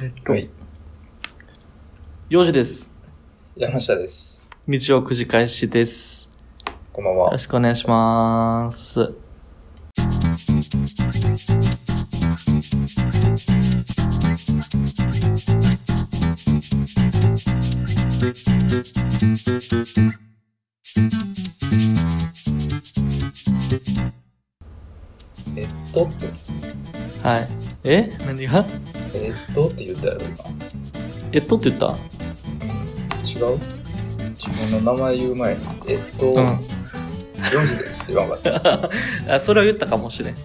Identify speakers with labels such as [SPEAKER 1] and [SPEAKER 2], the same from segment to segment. [SPEAKER 1] えっと、
[SPEAKER 2] はい。
[SPEAKER 1] 4時です。
[SPEAKER 2] 山下です。
[SPEAKER 1] 日曜9時開始です。
[SPEAKER 2] こんばん
[SPEAKER 1] よ
[SPEAKER 2] は
[SPEAKER 1] ろ。しくお願いします。
[SPEAKER 2] えっとって、
[SPEAKER 1] はい。え何が
[SPEAKER 2] えっとって言ったやろ、今。
[SPEAKER 1] えっとって言った
[SPEAKER 2] 違う自分の名前言う前に、えっと、
[SPEAKER 1] う
[SPEAKER 2] 4時ですって言わんかった。
[SPEAKER 1] ん。あ、それは言ったかもしれん。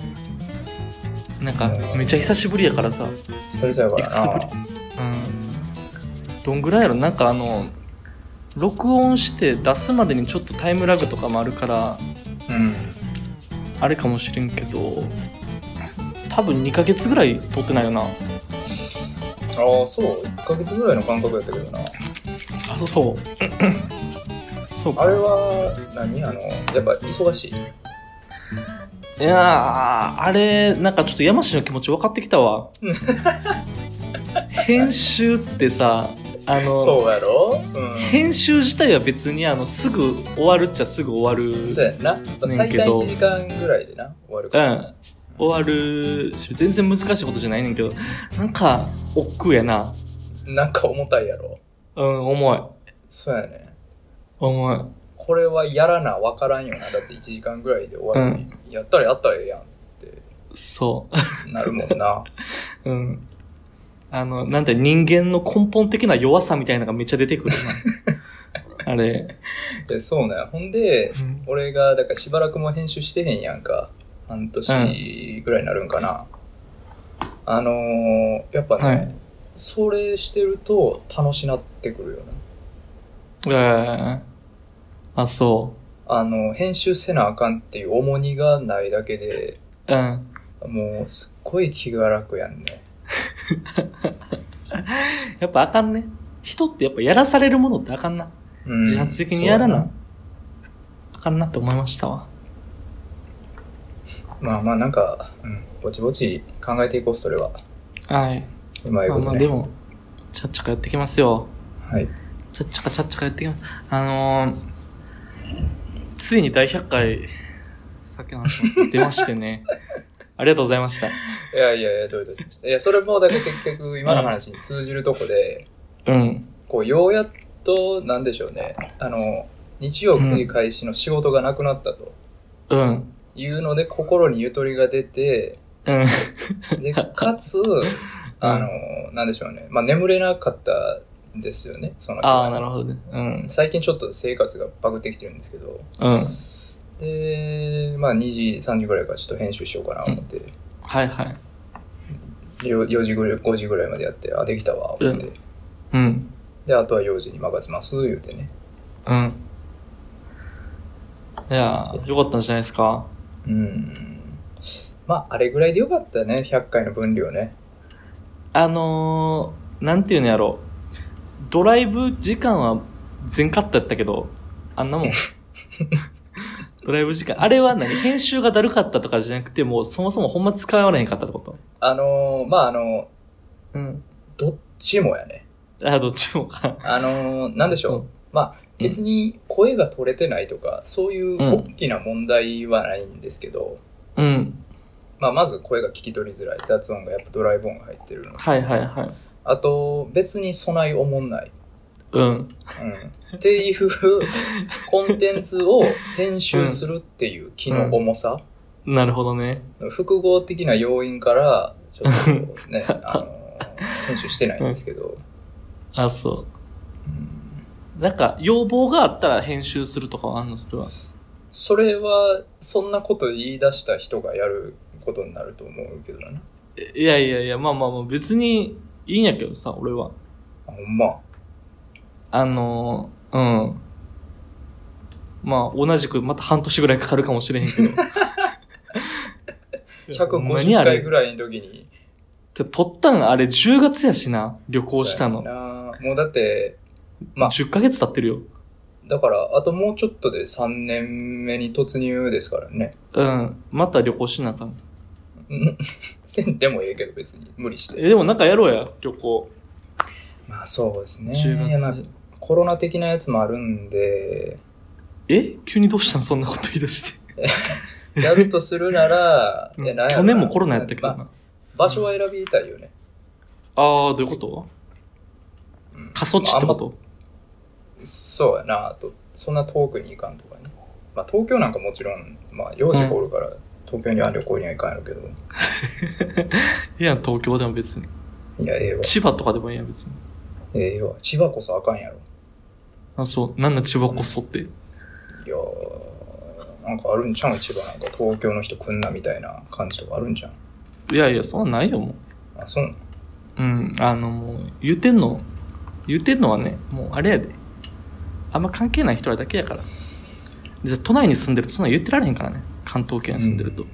[SPEAKER 1] なんか、めっちゃ久しぶりやからさ。う
[SPEAKER 2] 久々やから
[SPEAKER 1] いくつん。どんぐらいやろなんかあの、録音して出すまでにちょっとタイムラグとかもあるから、
[SPEAKER 2] な。うん。
[SPEAKER 1] あれかもしれんけど、多分2ヶ月ぐらい撮ってないよな。
[SPEAKER 2] ああ、そう。1ヶ月ぐらいの感覚やったけどな。
[SPEAKER 1] あ、そう。 そうか
[SPEAKER 2] あ。れは何、あの、やっぱ忙しい。
[SPEAKER 1] いやー、あれ、なんかちょっと山氏の気持ち分かってきたわ。編集ってさ、あの、
[SPEAKER 2] うやろうん。
[SPEAKER 1] 編集自体は別にあのすぐ終わるっちゃすぐ終わる。
[SPEAKER 2] そうやんな。
[SPEAKER 1] ねん
[SPEAKER 2] 最
[SPEAKER 1] け
[SPEAKER 2] 短
[SPEAKER 1] ど
[SPEAKER 2] 1時間ぐらいでな、終わるか
[SPEAKER 1] う
[SPEAKER 2] ら。
[SPEAKER 1] ん。終わるし、全然難しいことじゃないねんけど、なんか、億劫やな。
[SPEAKER 2] なんか重たいやろ。
[SPEAKER 1] うん、重い。
[SPEAKER 2] そうやね。
[SPEAKER 1] 重い。
[SPEAKER 2] これはやらなわからんよな。だって1時間ぐらいで終わるのに、やったらやったらええやんっ
[SPEAKER 1] そ
[SPEAKER 2] てなるもん な。
[SPEAKER 1] う。うん。あの、なんて人間の根本的な弱さみたいなのがめっちゃ出てくる な。あれ。
[SPEAKER 2] でそうね。ほんで、俺が、だからしばらくも編集してへんやんか。半年ぐらいになるんかな。あのー、やっぱね、
[SPEAKER 1] はい
[SPEAKER 2] それしてると楽しなってくるよね。
[SPEAKER 1] えー、あ、そう。
[SPEAKER 2] あの、編集せなあかんっていう重荷がないだけで、
[SPEAKER 1] うん。
[SPEAKER 2] もうすっごい気が楽やんね。
[SPEAKER 1] やっぱあかんね。人ってやっぱやらされるものってあかんな。
[SPEAKER 2] うん
[SPEAKER 1] 自発的にやらな。
[SPEAKER 2] そう
[SPEAKER 1] あかんなって思いましたわ。
[SPEAKER 2] まあまあなんか、うん、ぼちぼち考えていこう、それは。
[SPEAKER 1] はい。
[SPEAKER 2] うまい
[SPEAKER 1] まあ
[SPEAKER 2] こと
[SPEAKER 1] まあ
[SPEAKER 2] ね。
[SPEAKER 1] でも、ちゃっちゃかやってきますよ。
[SPEAKER 2] はい。
[SPEAKER 1] ちゃっちゃかちゃっちゃかやってきます。あのー、ついに第100回、さっきの話も出ましてね。 ありがとうございました。
[SPEAKER 2] いやいやいや、どういたしまして。いや、それもだから結局今の話に通じるとこで、
[SPEAKER 1] うん。
[SPEAKER 2] こう、ようやっと、なんでしょうね、あの、日曜9時開始の仕事がなくなったと
[SPEAKER 1] うん。
[SPEAKER 2] いうので、心にゆとりが出て、
[SPEAKER 1] うん。
[SPEAKER 2] で、かつ、あの、なんでしょうね、まあ眠れなかったんですよね、その日は
[SPEAKER 1] ああ、なるほどね。うん。
[SPEAKER 2] 最近ちょっと生活がバグってきてるんですけど、
[SPEAKER 1] うん。
[SPEAKER 2] で、まあ2時、3時ぐらいからちょっと編集しようかな思って、
[SPEAKER 1] はいはい。
[SPEAKER 2] よ4時ぐらい、5時ぐらいまでやって、あ、できたわ、思って。
[SPEAKER 1] うん。
[SPEAKER 2] で、あとは4時に任せます、言うてね。
[SPEAKER 1] うん。いやー、よかったんじゃないですか。
[SPEAKER 2] うん。まあ、あれぐらいでよかったね、100回の分量ね。
[SPEAKER 1] あのー、なんていうのやろドライブ時間は全カットやったけど、あんなも ん。ドライブ時間。あれは何編集がだるかったとかじゃなくて、もうそもそもほんま使われへんかったってこと
[SPEAKER 2] あのー、まあ、あの
[SPEAKER 1] うん。
[SPEAKER 2] ー、どっちもやね。
[SPEAKER 1] あ、どっちもか。
[SPEAKER 2] あのー、なんでしょう。まあ、
[SPEAKER 1] うん
[SPEAKER 2] 別に声が取れてないとか、そういう
[SPEAKER 1] うん
[SPEAKER 2] 大きな問題はないんですけど、
[SPEAKER 1] う。うん。
[SPEAKER 2] まあ、まず声が聞き取りづらい。雑音がやっぱドライブ音が入ってるの。
[SPEAKER 1] はいはいはい。
[SPEAKER 2] あと、別に備えおもんない。
[SPEAKER 1] うん。
[SPEAKER 2] うん。っていう コンテンツを編集するっていう気の重さ。
[SPEAKER 1] なるほどね。
[SPEAKER 2] 複合的な要因から、ちょっ とね、あのー、編集してないんですけど、
[SPEAKER 1] あ、そ
[SPEAKER 2] うん
[SPEAKER 1] う。なんか、要望があったら編集するとかはあんのそれは。
[SPEAKER 2] それは、そんなこと言い出した人がやることになると思うけどな。
[SPEAKER 1] いやいやいや、まあまあまあ、別にいいんやけどさ、俺は。
[SPEAKER 2] あほんま。
[SPEAKER 1] あのー、うん。まあ、同じく、また半年ぐらいかかるかもしれへ んけど。
[SPEAKER 2] 150回ぐ
[SPEAKER 1] らい。
[SPEAKER 2] らいの時に。
[SPEAKER 1] て撮ったんあれ10月やしな、旅行したの
[SPEAKER 2] そう。やなもうだって、まあ
[SPEAKER 1] 10ヶ月経ってるよ。
[SPEAKER 2] だから、あともうちょっとで3年目に突入ですからね。
[SPEAKER 1] うん。また旅行しなあかん。
[SPEAKER 2] うんせんでもええけど別に無理して
[SPEAKER 1] え、でもなんかやろうや、旅行。
[SPEAKER 2] まあそうですね
[SPEAKER 1] 10
[SPEAKER 2] いやまあ
[SPEAKER 1] 月。
[SPEAKER 2] コロナ的なやつもあるんで
[SPEAKER 1] え急にどうしたんそんなこと言い出して。
[SPEAKER 2] やるとするならいやなんやろ
[SPEAKER 1] 去
[SPEAKER 2] な
[SPEAKER 1] 年もコロナやったけど
[SPEAKER 2] ま
[SPEAKER 1] な。
[SPEAKER 2] あ場所は選びたいよね、
[SPEAKER 1] あー、どういうこと
[SPEAKER 2] うん
[SPEAKER 1] 過疎地ってこと
[SPEAKER 2] そうやなあとそんな遠くに行かんとかね、まあ、東京なんかもちろん、まあ、幼児がおるから東京には旅行には行かんやろうけど、
[SPEAKER 1] いやん、東京でも別に。
[SPEAKER 2] いやええわ
[SPEAKER 1] 千葉とかでもいいやん、別に。
[SPEAKER 2] ええわ千葉こそあかんやろ
[SPEAKER 1] あ、そう。なんだ千葉こそって。
[SPEAKER 2] いやーなんかあるんちゃうん千葉なんか東京の人来んなみたいな感じとかあるんじゃん
[SPEAKER 1] いやいや、そんなんないよ、もう。
[SPEAKER 2] あそうなん
[SPEAKER 1] うん、あのもう言うてんの言うてんのはねもうあれやであんま関係ない人らだけやから実は都内に住んでるとそんなん言ってられへんからね関東圏に住んでると、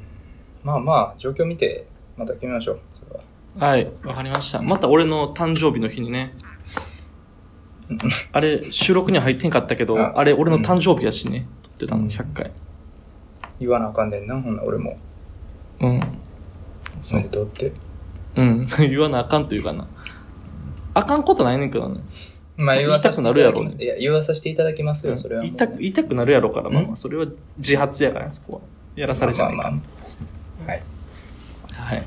[SPEAKER 2] まあまあ状況見てまた決めましょうそれは
[SPEAKER 1] はいわかりましたまた俺の誕生日の日 にね
[SPEAKER 2] うん
[SPEAKER 1] あれ収録には入ってんかったけど
[SPEAKER 2] あ
[SPEAKER 1] あれ俺の誕生日やしね撮ってた
[SPEAKER 2] う
[SPEAKER 1] の
[SPEAKER 2] ん
[SPEAKER 1] 100回
[SPEAKER 2] 言わなあかんねんなほんなら俺も
[SPEAKER 1] うん
[SPEAKER 2] それでどうって
[SPEAKER 1] うん、 言わなあかんというかなあかんことないねんけどね
[SPEAKER 2] まあ
[SPEAKER 1] 言
[SPEAKER 2] 言
[SPEAKER 1] い
[SPEAKER 2] わ
[SPEAKER 1] た
[SPEAKER 2] させ
[SPEAKER 1] く
[SPEAKER 2] てい
[SPEAKER 1] な
[SPEAKER 2] た
[SPEAKER 1] るや
[SPEAKER 2] だ
[SPEAKER 1] ろ
[SPEAKER 2] き
[SPEAKER 1] うね
[SPEAKER 2] ますいや言わさせていただきますよそれは
[SPEAKER 1] 言
[SPEAKER 2] もうね、
[SPEAKER 1] いたく言いたくなるやろうからまあま
[SPEAKER 2] う
[SPEAKER 1] あそれは自発やからねそこはやらされじゃないから、
[SPEAKER 2] まあまあまあはい
[SPEAKER 1] はい。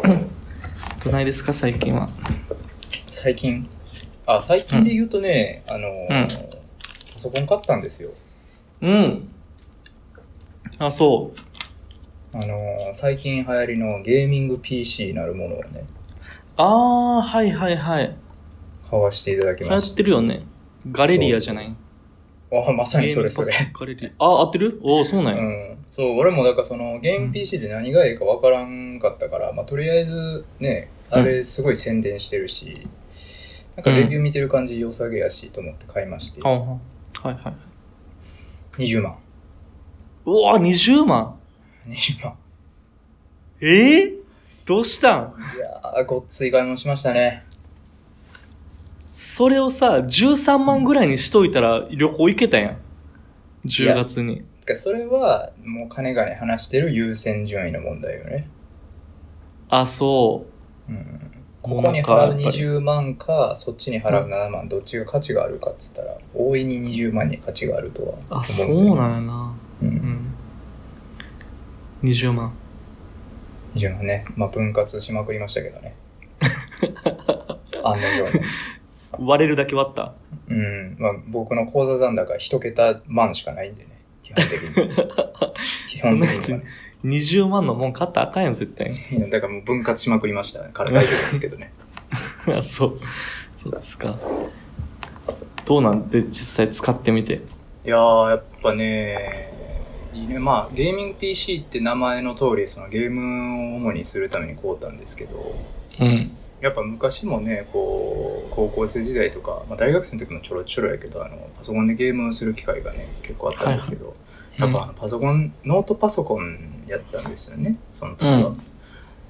[SPEAKER 1] どないですか、最近は。
[SPEAKER 2] 最近あ最近で言うとね、あのーパソコン買ったんですよ
[SPEAKER 1] うん。あ、そう。
[SPEAKER 2] あのー最近流行りのゲーミング PC なるものをね
[SPEAKER 1] あー、はいはいはい。
[SPEAKER 2] 買わせていただき
[SPEAKER 1] 流
[SPEAKER 2] ま
[SPEAKER 1] 行
[SPEAKER 2] し
[SPEAKER 1] ってるよね。ガレリアじゃない。
[SPEAKER 2] たあまさにそれ
[SPEAKER 1] ゲー
[SPEAKER 2] そ
[SPEAKER 1] ム
[SPEAKER 2] れ
[SPEAKER 1] パスガレリア。あ、合ってるおー、そうなん
[SPEAKER 2] う
[SPEAKER 1] や。
[SPEAKER 2] ん、そう俺もだからそのゲーム PC で何がいいか分からんかったから、まあ、とりあえずねあれすごい宣伝してるし、なんかレビュー見てる感じ良さげやしと思って買いまして、
[SPEAKER 1] あははいはい。
[SPEAKER 2] 20万
[SPEAKER 1] うわ、20万。
[SPEAKER 2] 20万
[SPEAKER 1] ええどうしたん
[SPEAKER 2] いやーごっつい買い物しましたね
[SPEAKER 1] それをさ、13万ぐらいにしといたら旅行行けたやん。
[SPEAKER 2] い
[SPEAKER 1] 10
[SPEAKER 2] や
[SPEAKER 1] 月に。
[SPEAKER 2] だからそれはもう金がね話してる優先順位の問題よね、
[SPEAKER 1] あ、そう。
[SPEAKER 2] うん、ここに払う20万かそっちに払う7万どっちが価値があるかっつったら大いに20万に価値があるとは思
[SPEAKER 1] あ、そうなん
[SPEAKER 2] だよね
[SPEAKER 1] やな。
[SPEAKER 2] う
[SPEAKER 1] うんん。20万。
[SPEAKER 2] 以上ね、まあ、分割しまくりましたけどね。案の定ね。
[SPEAKER 1] 割れるだけ割った。
[SPEAKER 2] うん、まあ、僕の口座残高一桁万しかないんでね、基本的 に。基
[SPEAKER 1] そ
[SPEAKER 2] 本
[SPEAKER 1] んな
[SPEAKER 2] 的
[SPEAKER 1] やつ
[SPEAKER 2] にはね
[SPEAKER 1] 20万のもん買ったらあかんやん、絶対。
[SPEAKER 2] いやだからもう分割しまくりましたから大丈夫ですけどね。
[SPEAKER 1] あ、そう。そうですか。どうなんで、実際使ってみて。
[SPEAKER 2] いやー、やっぱね、いいね。まあ、ゲーミング PC って名前の通り、そのゲームを主にするために買うたんですけど、
[SPEAKER 1] うん。
[SPEAKER 2] やっぱ昔もね、こう、高校生時代とか、まあ、大学生の時もちょろちょろやけど、あの、パソコンでゲームする機会がね、結構あったんですけど、やっぱあのパソコン、ノートパソコンやったんですよね、その時は。
[SPEAKER 1] うん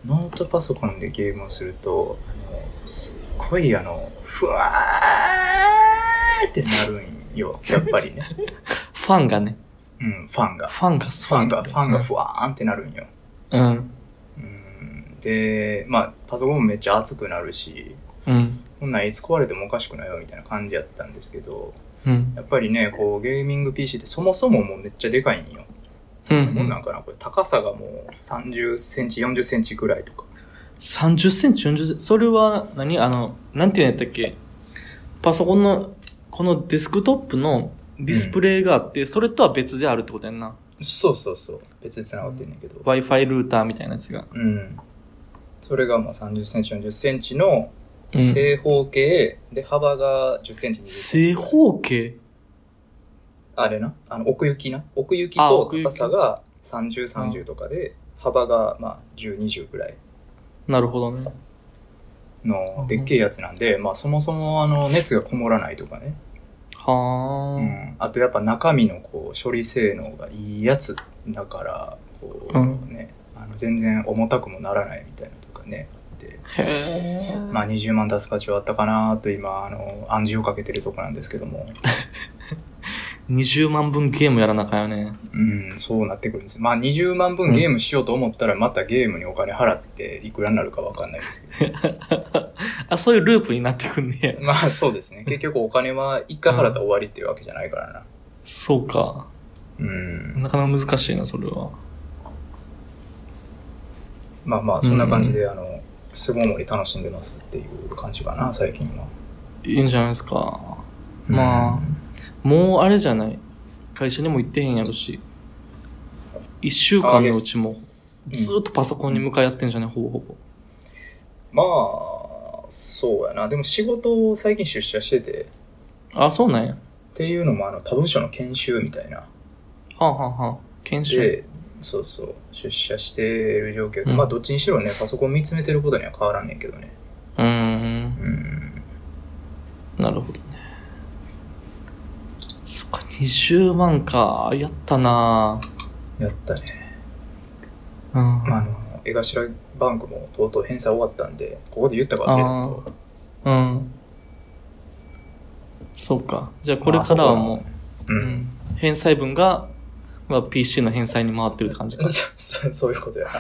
[SPEAKER 2] ノートパソコンでゲームをすると、あのすっごいあの、ふわーってなるんよ、やっぱりね。
[SPEAKER 1] ファンがね、
[SPEAKER 2] うん、ファンが。
[SPEAKER 1] ファンが
[SPEAKER 2] ファンが、ファンがふわーんってなるんよ。
[SPEAKER 1] うん。
[SPEAKER 2] うん、で、まあ、パソコンもめっちゃ熱くなるし、
[SPEAKER 1] うん。
[SPEAKER 2] こんなんいつ壊れてもおかしくないよみたいな感じやったんですけど、
[SPEAKER 1] うん。
[SPEAKER 2] やっぱりね、こう、ゲーミング PC ってそもそももうめっちゃでかいんよ。
[SPEAKER 1] う
[SPEAKER 2] もんなん
[SPEAKER 1] ん。
[SPEAKER 2] かな、これ高さがもう30センチ、40センチぐらいとか。
[SPEAKER 1] 30センチ、40センチ。それは何、あの、なんていうんやったっけパソコンの、このデスクトップのディスプレイがあって、それとは別であるってことやんな。
[SPEAKER 2] そうそうそう。別で繋がってんねんけど。
[SPEAKER 1] Wi-Fi ルーターみたいなやつが。
[SPEAKER 2] うん。それがまあ30センチ、40センチの
[SPEAKER 1] うん
[SPEAKER 2] 正方形で幅が10センチ、20セ
[SPEAKER 1] 正
[SPEAKER 2] ンチ。
[SPEAKER 1] 方形
[SPEAKER 2] あれな、あの奥行きな。奥行き
[SPEAKER 1] あ
[SPEAKER 2] と
[SPEAKER 1] 奥行き
[SPEAKER 2] 高さが30、30とかで、幅がまあ10、20ぐらい。
[SPEAKER 1] なるほどね。
[SPEAKER 2] のでっけえやつなんで、まあそもそもあの熱がこもらないとかね、
[SPEAKER 1] は
[SPEAKER 2] う
[SPEAKER 1] ーん。
[SPEAKER 2] ん、あとやっぱ中身のこう処理性能がいいやつだからこうね、あの全然重たくもならないみたいなとかねで、
[SPEAKER 1] へー。
[SPEAKER 2] まあ、20万出す価値はあったかなと今あの暗示をかけてるとこなんですけども
[SPEAKER 1] 20万分ゲームやらなあかんよね。
[SPEAKER 2] うん、そうなってくるんですよまあ20万分ゲームしようと思ったら、またゲームにお金払っていくらになるかわかんないです けど。
[SPEAKER 1] あ、そういうループになってくんねや。
[SPEAKER 2] まあそうですね。結局お金は一回払ったら終わりっていうわけじゃないからな。
[SPEAKER 1] そうか。
[SPEAKER 2] うん。
[SPEAKER 1] なかなか難しいな、それは。
[SPEAKER 2] まあまあ、そんな感じで、あの、巣ごもり楽しんでますっていう感じかな、最近は。
[SPEAKER 1] いいんじゃないですか。まあもうあれじゃない。会社にも行ってへんやろし。一週
[SPEAKER 2] うん、
[SPEAKER 1] 間のうちも
[SPEAKER 2] あ。いや
[SPEAKER 1] ず
[SPEAKER 2] うん
[SPEAKER 1] ーっとパソコンに向かい合ってんじゃないほぼほぼ。
[SPEAKER 2] まあ、そうやな。でも仕事を最近出社してて、
[SPEAKER 1] あ、そうなんや。
[SPEAKER 2] っていうのも、あの、他部署の研修みたいな。
[SPEAKER 1] はあ、はあはあ、研修。
[SPEAKER 2] で、そうそう、出社してる状況で、
[SPEAKER 1] うん
[SPEAKER 2] まあ、どっちにしろね、パソコン見つめてることには変わらんねんけどね。
[SPEAKER 1] うーん。
[SPEAKER 2] うん。
[SPEAKER 1] なるほどね。そっか、20万か。やったな
[SPEAKER 2] やったね。
[SPEAKER 1] ぁ。うん。
[SPEAKER 2] まあ、あの、江頭バンクもとうとう返済終わったんで、ここで言ったか忘れたけど、
[SPEAKER 1] うん。そうか。じゃあこれからはも
[SPEAKER 2] う。
[SPEAKER 1] う、うんん、返済分が、まあ、PC の返済に回ってるって感じか。
[SPEAKER 2] そそういうことやな。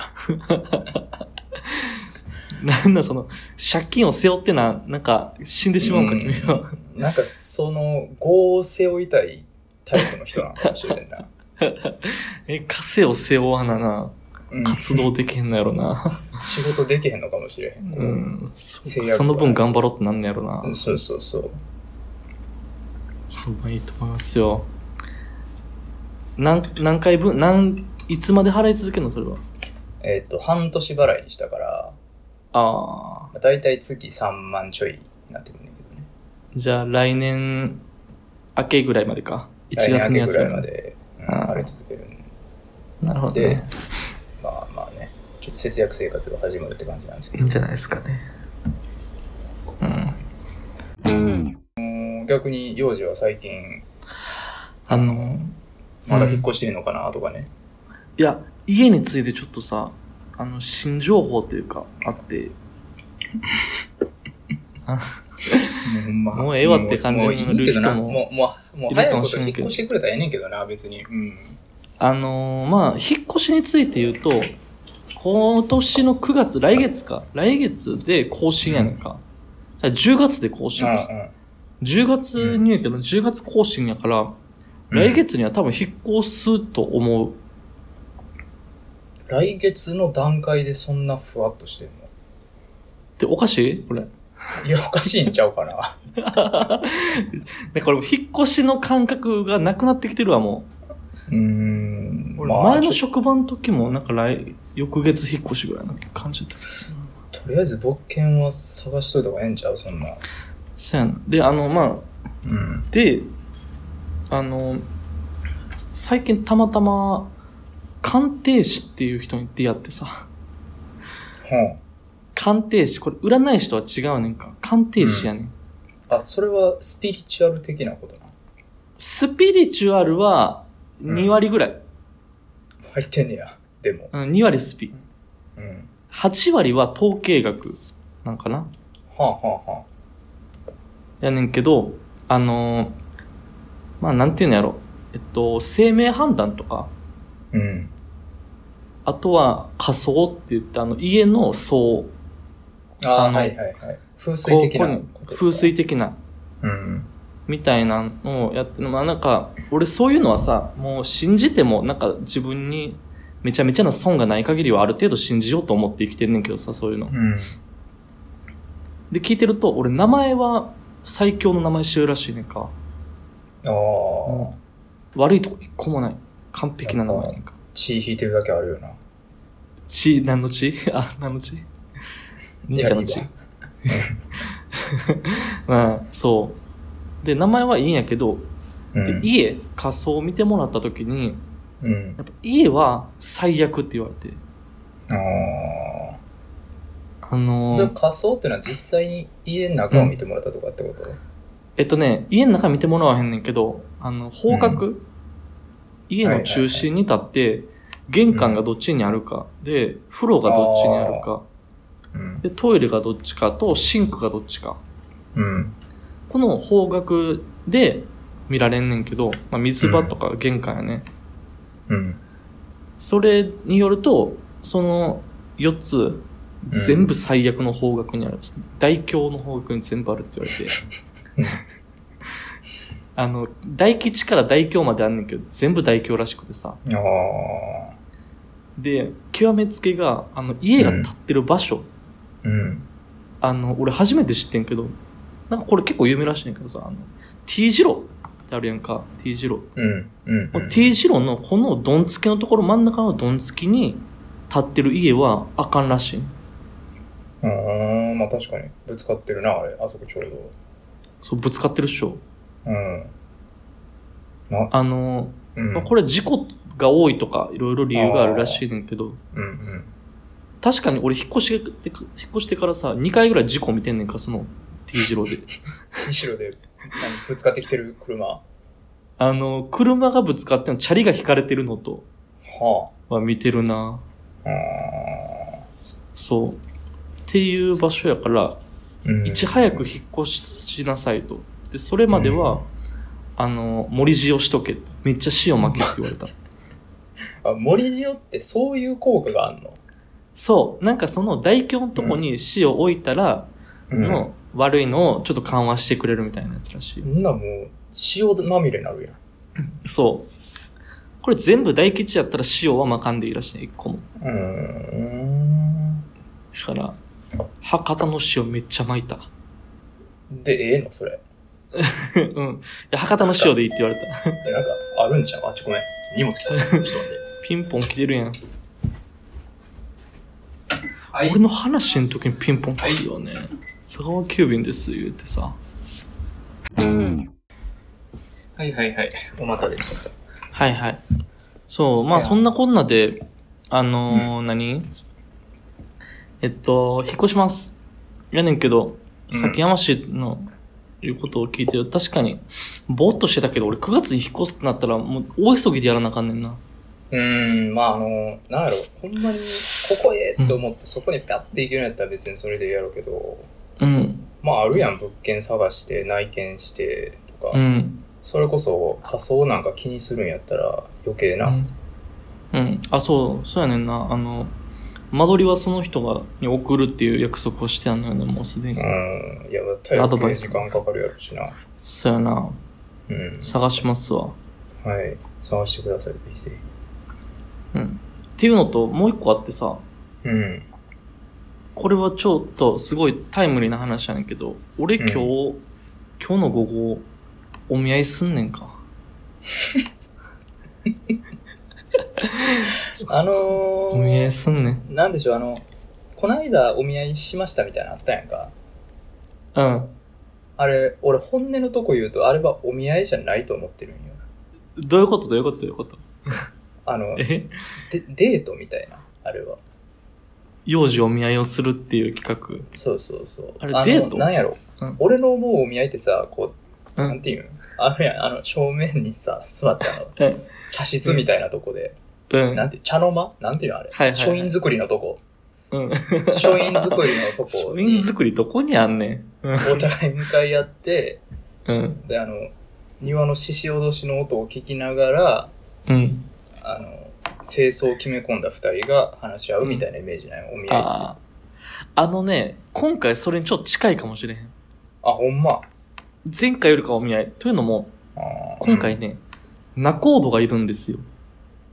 [SPEAKER 1] なんだその、借金を背負ってな、なんか死んでしまうんか、
[SPEAKER 2] うん
[SPEAKER 1] 君は。
[SPEAKER 2] なんか、その、業を背負いたいタイプの人なのかもしれ んな。
[SPEAKER 1] え、稼を背負わなな、
[SPEAKER 2] うん、
[SPEAKER 1] 活動できへんのやろな。
[SPEAKER 2] 仕事できへんのかもしれへん。
[SPEAKER 1] う。ん、そ
[SPEAKER 2] 制
[SPEAKER 1] う
[SPEAKER 2] 約
[SPEAKER 1] か。
[SPEAKER 2] は
[SPEAKER 1] その分頑張ろうってなんのやろな。
[SPEAKER 2] そうそうそう。
[SPEAKER 1] まあいいと思いますよ。何、何回分、何、いつまで払い続けるのそれは。
[SPEAKER 2] えっ、と、半年払いにしたから、
[SPEAKER 1] ああ。
[SPEAKER 2] まあ、大体月3万ちょいになってくるんだけどね。
[SPEAKER 1] じゃあ来年明けぐらいまでか。1
[SPEAKER 2] 来年明
[SPEAKER 1] 月の
[SPEAKER 2] け
[SPEAKER 1] や
[SPEAKER 2] ぐ
[SPEAKER 1] つ
[SPEAKER 2] らい
[SPEAKER 1] や
[SPEAKER 2] ま
[SPEAKER 1] な。
[SPEAKER 2] で、うん、
[SPEAKER 1] あー
[SPEAKER 2] あれ続けるんで、
[SPEAKER 1] なるほど、
[SPEAKER 2] で
[SPEAKER 1] ね。
[SPEAKER 2] まあまあね、ちょっと節約生活が始まるって感じなんですけ
[SPEAKER 1] いい
[SPEAKER 2] ど
[SPEAKER 1] ん、じゃないですかね。うん。
[SPEAKER 2] もう逆に幼児は最近、
[SPEAKER 1] あの、
[SPEAKER 2] まだ引っ越してるのかなとかね、
[SPEAKER 1] いや、家についてちょっとさ、あの、新情報というか、あって、
[SPEAKER 2] もうほんま
[SPEAKER 1] もうええわって感じ
[SPEAKER 2] もういいけどな、
[SPEAKER 1] る人も
[SPEAKER 2] もう、もう、もう
[SPEAKER 1] いる
[SPEAKER 2] 早
[SPEAKER 1] か
[SPEAKER 2] い
[SPEAKER 1] も
[SPEAKER 2] こ
[SPEAKER 1] し
[SPEAKER 2] と
[SPEAKER 1] れん
[SPEAKER 2] 引っ
[SPEAKER 1] けど
[SPEAKER 2] 越してくれたらええねんけどな、別に。うん。
[SPEAKER 1] あのーまあ、引っ越しについて言うと、今年の9月、来月か。来月で更新やねんか。じゃあ10月で更新
[SPEAKER 2] うん
[SPEAKER 1] か。10月にやけど、10月更新やから、
[SPEAKER 2] うん
[SPEAKER 1] 来月には多分引っ越すと思う。
[SPEAKER 2] 来月の段階でそんなふわっとしてんの
[SPEAKER 1] で、おかしいこれ。
[SPEAKER 2] いや、おかしいんちゃうか な。
[SPEAKER 1] で、これ、引っ越しの感覚がなくなってきてるわ、も
[SPEAKER 2] うーん。
[SPEAKER 1] う。俺、
[SPEAKER 2] まあ
[SPEAKER 1] 前の
[SPEAKER 2] ちょ
[SPEAKER 1] 職場の時も、なんか来、翌月引っ越しぐらいの感じだった気がするな。
[SPEAKER 2] とりあえず物件は探しといた方がええんちゃうそんな。
[SPEAKER 1] そうやな。で、あの、ま
[SPEAKER 2] うん
[SPEAKER 1] あ、。で、あの、最近たまたま、鑑定士っていう人に出会ってさ、
[SPEAKER 2] ほう
[SPEAKER 1] 鑑定士、これ占い師とは違うねんか。鑑定士やねん。
[SPEAKER 2] あ、それはスピリチュアル的なことな。
[SPEAKER 1] スピリチュアルは2割ぐらい。
[SPEAKER 2] 入ってんねや。でも。
[SPEAKER 1] うん、2割スピ。
[SPEAKER 2] うん。
[SPEAKER 1] 8割は統計学なんかな。
[SPEAKER 2] はあはあは
[SPEAKER 1] やねんけど、あのーまあ、なんていうのやろ。えっと、生命判断とか、
[SPEAKER 2] あ。うん。
[SPEAKER 1] あとは仮想って言って、あの、家の層、
[SPEAKER 2] あ
[SPEAKER 1] あ
[SPEAKER 2] ー
[SPEAKER 1] の
[SPEAKER 2] はいはいはい。風水的な
[SPEAKER 1] こ
[SPEAKER 2] こと
[SPEAKER 1] う風。水的な、
[SPEAKER 2] うん。
[SPEAKER 1] みたいなのをやって、まあ、なんか、俺そういうのはさ、もう信じても、なんか自分にめちゃめちゃな損がない限りはある程度信じようと思って生きてんねんけどさ、そういうの
[SPEAKER 2] う。ん。
[SPEAKER 1] で、聞いてると、俺名前は最強の名前してるらしいねんか。
[SPEAKER 2] あ
[SPEAKER 1] も
[SPEAKER 2] あ。
[SPEAKER 1] う悪いとこ一個もない。完璧な名前やねんか。
[SPEAKER 2] 血引いてるだけあるよな。
[SPEAKER 1] 血、何の血 あ、何の血忍者の
[SPEAKER 2] い
[SPEAKER 1] 血
[SPEAKER 2] やい。
[SPEAKER 1] まあ、そう。で、名前はいいんやけど、
[SPEAKER 2] う
[SPEAKER 1] で
[SPEAKER 2] ん。
[SPEAKER 1] 家、仮想を見てもらった時に、
[SPEAKER 2] うん。
[SPEAKER 1] やっぱ家は最悪って言われて。
[SPEAKER 2] ああ。
[SPEAKER 1] あの
[SPEAKER 2] それ
[SPEAKER 1] ー、
[SPEAKER 2] 仮想ってのは実際に家の中を見てもらったとかってこと
[SPEAKER 1] えっとね、家の中見てもらわへんねんけど、あの、方角、家の中心に立って、玄関がどっちにあるか、で、風呂がどっちにあるか、
[SPEAKER 2] うん。
[SPEAKER 1] で、トイレがどっちかと、シンクがどっちか。
[SPEAKER 2] うん。
[SPEAKER 1] この方角で、見られんねんけど、まあ、水場とか玄関やね。
[SPEAKER 2] うん。
[SPEAKER 1] それによると、その4つ、全部最悪の方角にあるんです、大凶の方角に全部あるって言われて。 あの、大吉から大凶まであんねんけど、全部大凶らしくて
[SPEAKER 2] あ
[SPEAKER 1] さ。
[SPEAKER 2] あ。
[SPEAKER 1] で、極めつけが、あの、家が建ってる場所、
[SPEAKER 2] うん。
[SPEAKER 1] あの、俺初めて知ってんけど、なんかこれ結構有名らしいねんけどさ、あの、T 字路ってあるやんか、T 字路。
[SPEAKER 2] うん。うん。うん
[SPEAKER 1] T 字路のこのどんつきのところ、真ん中のどんつきに建ってる家はあかんらしい。
[SPEAKER 2] あーまあ確かに。ぶつかってるな、あれ。あそこちょう
[SPEAKER 1] そう、ぶつかってるっしょ。
[SPEAKER 2] ど。うん。な、
[SPEAKER 1] あの、
[SPEAKER 2] うん。
[SPEAKER 1] まあ、これ事故が多いとか、いろいろ理由があるらしいねんけど、
[SPEAKER 2] うんうん。
[SPEAKER 1] 確かに俺引っ越して、引っ越してからさ、2回ぐらい事故見てんねんか、その T 字路 で。
[SPEAKER 2] 後ろで、何ぶつかってきてる車。は
[SPEAKER 1] あの、車がぶつかってんの、チャリが引かれてるのとは見てるな。
[SPEAKER 2] あ。あ
[SPEAKER 1] そう。っていう場所やから、
[SPEAKER 2] ーうん
[SPEAKER 1] いち早く引っ越しなさいと。で、それまでは、
[SPEAKER 2] うん
[SPEAKER 1] あの、森塩しとけ。めっちゃ塩巻けって言われ た。
[SPEAKER 2] あ、森塩ってそういう効果があんの
[SPEAKER 1] そう。なんかその大凶のとこに塩を置いたら、
[SPEAKER 2] うん。
[SPEAKER 1] の悪いのをちょっと緩和してくれるみたいなやつらしい
[SPEAKER 2] そ。んなもう、塩まみれになるやん。
[SPEAKER 1] そう。これ全部大吉やったら塩は巻かんでいいらしいね、一個も。
[SPEAKER 2] うーん。
[SPEAKER 1] だから、博多の塩めっちゃ巻いた。
[SPEAKER 2] で、ええのそれ。
[SPEAKER 1] うん。で博多の塩でいいって言われた。
[SPEAKER 2] え、なんか、あるんちゃうあ、ちょ、ごめん。荷物来た。ちょっと 待って。
[SPEAKER 1] ピンポン来てるやん。
[SPEAKER 2] はい
[SPEAKER 1] 俺の話の時にピンポン来るよね。佐川急便です、言うてさ。
[SPEAKER 2] はいはいはい。お待たせです。
[SPEAKER 1] はいはい。そう、まあそんなこんなで、あのー何えっと、引っ越します。やねんけど、
[SPEAKER 2] うん
[SPEAKER 1] さっき山氏の言うことを聞いて、確かに、ぼーっとしてたけど、俺9月に引っ越すってなったら、もう大急ぎでやらなあかんねんな。
[SPEAKER 2] うーん、まああの、なんやろ、ほんまに、ここへと思って、そこにピャッて行けるんやったら別にそれでやろうけど、
[SPEAKER 1] うん。
[SPEAKER 2] まああるやん、物件探して、内見してとか、
[SPEAKER 1] うん。
[SPEAKER 2] それこそ仮想なんか気にするんやったら余計な。
[SPEAKER 1] うん。うん。あ、そう、そうやねんな。あの、間取りはその人がに送るっていう約束をしてあんのよね、もうすで
[SPEAKER 2] う。
[SPEAKER 1] に
[SPEAKER 2] ん、いや、とに
[SPEAKER 1] ア
[SPEAKER 2] か
[SPEAKER 1] ド
[SPEAKER 2] く
[SPEAKER 1] バイス
[SPEAKER 2] 時間かかるやろしな。
[SPEAKER 1] そうやな。
[SPEAKER 2] うん。
[SPEAKER 1] 探しますわ。
[SPEAKER 2] はい。探してください、ぜひぜ
[SPEAKER 1] うん。っていうのと、もう一個あってさ、
[SPEAKER 2] ひ。うん。
[SPEAKER 1] これはちょっとすごいタイムリーな話やねんけど、俺今日、
[SPEAKER 2] う
[SPEAKER 1] 今日の午後、お見合いすんねんか。
[SPEAKER 2] あの
[SPEAKER 1] お見合い
[SPEAKER 2] ー、
[SPEAKER 1] すんねん。
[SPEAKER 2] なんでしょう、あの、こないだお見合いしましたみたいなのあったやんか。
[SPEAKER 1] うん。
[SPEAKER 2] あれ、俺本音のとこ言うと、あれはお見合いじゃないと思ってるんよ。
[SPEAKER 1] どういうことどういうことどういうこと
[SPEAKER 2] あの、
[SPEAKER 1] え
[SPEAKER 2] でデートみたいな、あれは。
[SPEAKER 1] 幼児お見合いをするっていう企
[SPEAKER 2] そうそうそう。
[SPEAKER 1] あれ
[SPEAKER 2] の
[SPEAKER 1] デート
[SPEAKER 2] なんやろ、
[SPEAKER 1] うん
[SPEAKER 2] 俺の思うお見合いってさ、こう、
[SPEAKER 1] うん
[SPEAKER 2] なんていうのあるやん、あの、正面にさ、座ったの
[SPEAKER 1] え。
[SPEAKER 2] 茶室みたいなとこで、
[SPEAKER 1] 画。うん。
[SPEAKER 2] なんて、茶の間なんていうのあれ。
[SPEAKER 1] はいはいはい
[SPEAKER 2] 書院作りのと こ。
[SPEAKER 1] うん。
[SPEAKER 2] 書院作りのとこ
[SPEAKER 1] 書
[SPEAKER 2] に
[SPEAKER 1] 院、作りどこにあんねん。うん
[SPEAKER 2] お互い向かい合って、
[SPEAKER 1] うん。
[SPEAKER 2] で、あの、庭の獅子脅しの音を聞きながら、
[SPEAKER 1] うん。
[SPEAKER 2] あの、清掃を決め込んだ二人が話し合うみたいなイメージなんよ、お見合いって。あ
[SPEAKER 1] ああ。あのね、今回それにちょっと近いかもしれへん。
[SPEAKER 2] ほんま。
[SPEAKER 1] 前回よりかはお見合い。というのも、
[SPEAKER 2] あー
[SPEAKER 1] 今回ね、仲人がいるんですよ。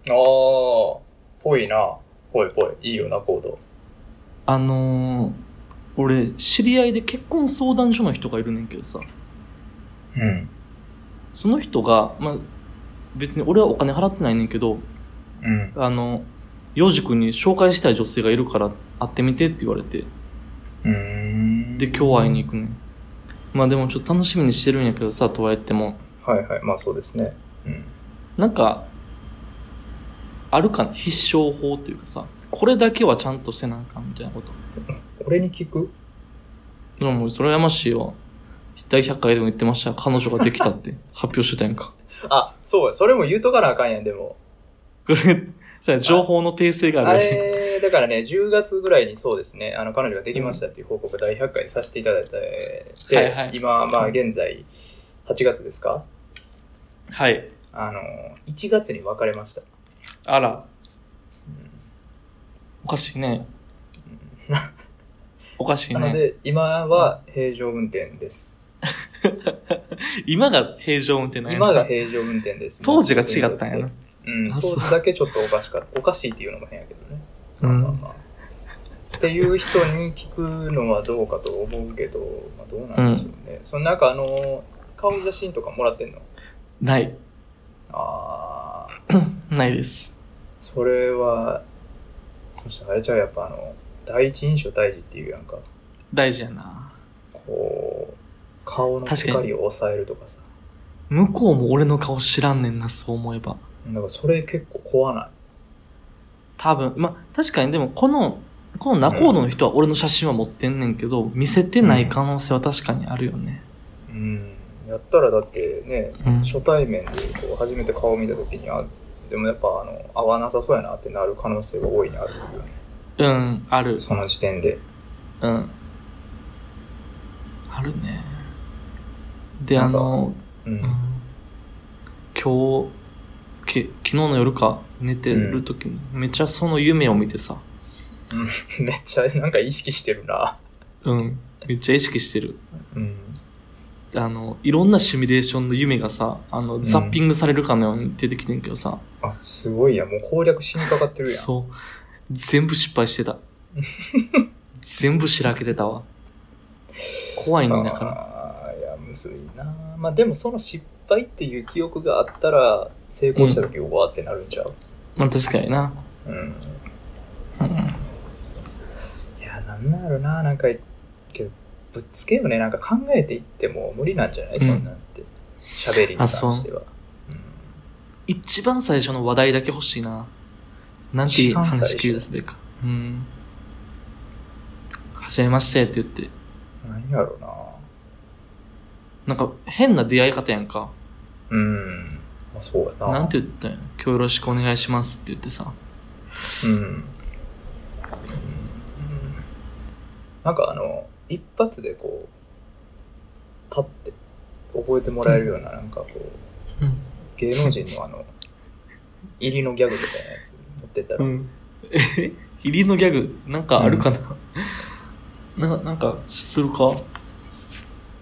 [SPEAKER 2] ああ、ぽいな。ぽいぽい。いいよな、コード。
[SPEAKER 1] あのー、俺、知り合いで結婚相談所の人がいるねんけどさ、
[SPEAKER 2] うん。
[SPEAKER 1] その人が、まあ、別に俺はお金払ってないねんけど、
[SPEAKER 2] うん。
[SPEAKER 1] あの、ヨウジ君に紹介したい女性がいるから会ってみてって言われて、
[SPEAKER 2] うん。
[SPEAKER 1] で、今日会いに行くねん。まあでもちょっと楽しみにしてるんやけどさ、とは言っても、
[SPEAKER 2] はいはい。まあそうですね。うん。
[SPEAKER 1] なんか、あるかな必勝法というかさ、これだけはちゃんとせなあかんみたいなこと。
[SPEAKER 2] 俺に聞く
[SPEAKER 1] でももうそれはやましいわ。第100回でも言ってましたよ彼女ができ たって発表してたやんか。
[SPEAKER 2] あ、そうや。それも言うとかなあかんやん、でも。
[SPEAKER 1] これ、さ、情報の訂正が
[SPEAKER 2] あ
[SPEAKER 1] あるらしい。
[SPEAKER 2] れ、だからね、10月ぐらいにそうですね、あの、彼女ができましたっていう報告を第100回でさせていただいて、
[SPEAKER 1] はいはい
[SPEAKER 2] 今、まあ現在、8月ですか
[SPEAKER 1] はい。
[SPEAKER 2] あの、1月に別れました。
[SPEAKER 1] あら。おかしいね。おかしい
[SPEAKER 2] なの
[SPEAKER 1] ね。
[SPEAKER 2] で、今は平常運転です。
[SPEAKER 1] 今が平常運転なんやな
[SPEAKER 2] 今が平常運転です、
[SPEAKER 1] 当時が違ったんやな。。
[SPEAKER 2] うん、
[SPEAKER 1] あ
[SPEAKER 2] 当
[SPEAKER 1] そう
[SPEAKER 2] 時だけちょっとおかしかった。おかしいっていうのも変やけどね。
[SPEAKER 1] う
[SPEAKER 2] まあ
[SPEAKER 1] ん。
[SPEAKER 2] まあっていう人に聞くのはどうかと思うけど、まあ、どうなんでしょうね。そのなんかあの、顔写真とかもらってんの
[SPEAKER 1] ない。
[SPEAKER 2] ああ、
[SPEAKER 1] ないです。
[SPEAKER 2] それは、そしてあれちゃう、やっぱあの、第一印象大事っていうやんか。
[SPEAKER 1] 大事やな。
[SPEAKER 2] こう、顔の
[SPEAKER 1] 確か
[SPEAKER 2] 光
[SPEAKER 1] に
[SPEAKER 2] を抑えるとかさ。
[SPEAKER 1] 向こうも俺の顔知らんねんな、そう思えば。
[SPEAKER 2] なんかそれ結構怖ない。
[SPEAKER 1] 多分、まあ、確かにでもこの、この仲人の人は俺の写真は持ってんねんけど、見せてない可能性は確かにあるよね。
[SPEAKER 2] うん、やったらだってね、
[SPEAKER 1] うん。
[SPEAKER 2] 初対面でこう初めて顔見た時にあでもやっぱあの合わなさそうやなってなる可能性が大いにあるよね
[SPEAKER 1] うん、ある。
[SPEAKER 2] その時点で
[SPEAKER 1] うん。あるね。で、
[SPEAKER 2] な
[SPEAKER 1] あ
[SPEAKER 2] んか
[SPEAKER 1] の、
[SPEAKER 2] う
[SPEAKER 1] うん
[SPEAKER 2] ん、
[SPEAKER 1] 今日、け昨日の夜か、寝てる時に、めっちゃその夢を見てさ、
[SPEAKER 2] うん めっちゃなんか意識してるな
[SPEAKER 1] うん、めっちゃ意識してる。
[SPEAKER 2] うん
[SPEAKER 1] あの、いろんなシミュレーションの夢がさ、あの、
[SPEAKER 2] ん
[SPEAKER 1] ザッピングされるかのように出てきてんけどさ、
[SPEAKER 2] あすごいやんもう攻略しにかかってるやん
[SPEAKER 1] そう。全部失敗し てた。全部しらけてたわ。怖いねんだから。
[SPEAKER 2] あーいやむずいなまあでもその失敗っていう記憶があったら成功した時うわーってなるんちゃう
[SPEAKER 1] まあ確かにな。
[SPEAKER 2] うん、
[SPEAKER 1] う
[SPEAKER 2] い
[SPEAKER 1] ん。
[SPEAKER 2] やなんなんやろななんかけどぶっつけよねなんか考えていっても無理なんじゃないそんなんって喋、りに関してはうん
[SPEAKER 1] 一番最初の話題だけ欲しいな。なんていう話
[SPEAKER 2] 一番最初
[SPEAKER 1] 切り出すべきか。うん。はじめましてって言って。
[SPEAKER 2] 何やろうな
[SPEAKER 1] なんか変な出会い方やんか。
[SPEAKER 2] うん。まあ、そうやな。
[SPEAKER 1] なんて言ったんや。今日よろしくお願いしますって言ってさ。
[SPEAKER 2] うん。うんなんかあの、一発でこう、パッて覚えてもらえるような、なんかこう、
[SPEAKER 1] うん。
[SPEAKER 2] 芸能人のあの、入りのギャグみたいなやつ持ってったら、
[SPEAKER 1] うん。 え入りのギャグ、なんかあるかな、な、なんか、するか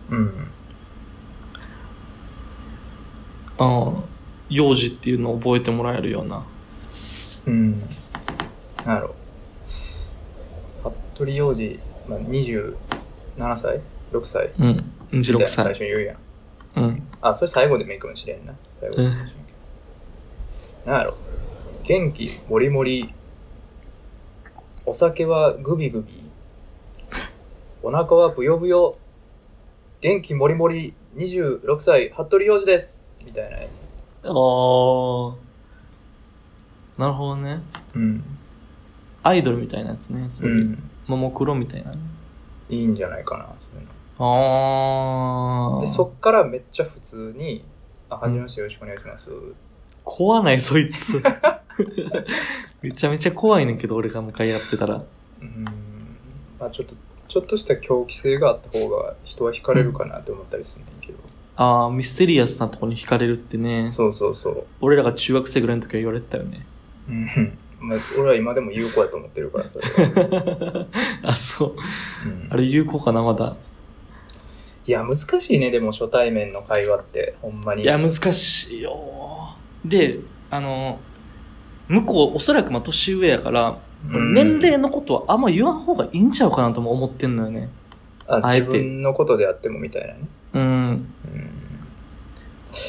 [SPEAKER 2] うん。
[SPEAKER 1] ああ、幼児っていうのを覚えてもらえるような。
[SPEAKER 2] うん。なんやろう。服部幼児、まあ、27歳 ?6 歳
[SPEAKER 1] うん。
[SPEAKER 2] みたい
[SPEAKER 1] 26
[SPEAKER 2] な最
[SPEAKER 1] 歳。
[SPEAKER 2] 初に言うやん。
[SPEAKER 1] うん。
[SPEAKER 2] あ、それ最後でもいいかもしれんな。最後でもいいかもしれんけど。なんやろ。元気もりもり。お酒はグビグビ。お腹はぶよぶよ。元気もりもり。26歳、服部洋二です。みたいなやつ。
[SPEAKER 1] ああ。なるほどね。
[SPEAKER 2] うん。
[SPEAKER 1] アイドルみたいなやつね。そうういう、
[SPEAKER 2] ん。
[SPEAKER 1] ももクロみたいな。
[SPEAKER 2] いいんじゃないかな、そういう
[SPEAKER 1] あ
[SPEAKER 2] の。
[SPEAKER 1] あ。
[SPEAKER 2] で、そっからめっちゃ普通に、あ、はじめまして、よろしくお願いします。
[SPEAKER 1] 怖ない、そいつ。 めちゃめちゃ怖いねんけど、俺が向かい合ってたら。
[SPEAKER 2] うん。まあちょっと、ちょっとした狂気性があった方が人は惹かれるかなって思ったりするんだけど。
[SPEAKER 1] ああ、ミステリアスなとこに惹かれるってね。
[SPEAKER 2] そうそうそう。
[SPEAKER 1] 俺らが中学生ぐらいの時は言われてたよね。
[SPEAKER 2] うんまあ、俺は今でも有効やと思ってるから、それは。
[SPEAKER 1] あ、そう。
[SPEAKER 2] うん
[SPEAKER 1] あれ有効かな、まだ。
[SPEAKER 2] いや、難しいね、でも初対面の会話って、ほんまに。
[SPEAKER 1] いや、難しいよ。で、あの、向こう、おそらくまあ年上やから、
[SPEAKER 2] うん
[SPEAKER 1] 年齢のことはあんま言わん方がいいんちゃうかなとも思ってんのよね。
[SPEAKER 2] あ
[SPEAKER 1] あえ
[SPEAKER 2] 自
[SPEAKER 1] て
[SPEAKER 2] 分のことであってもみたいなね。
[SPEAKER 1] うん。
[SPEAKER 2] うん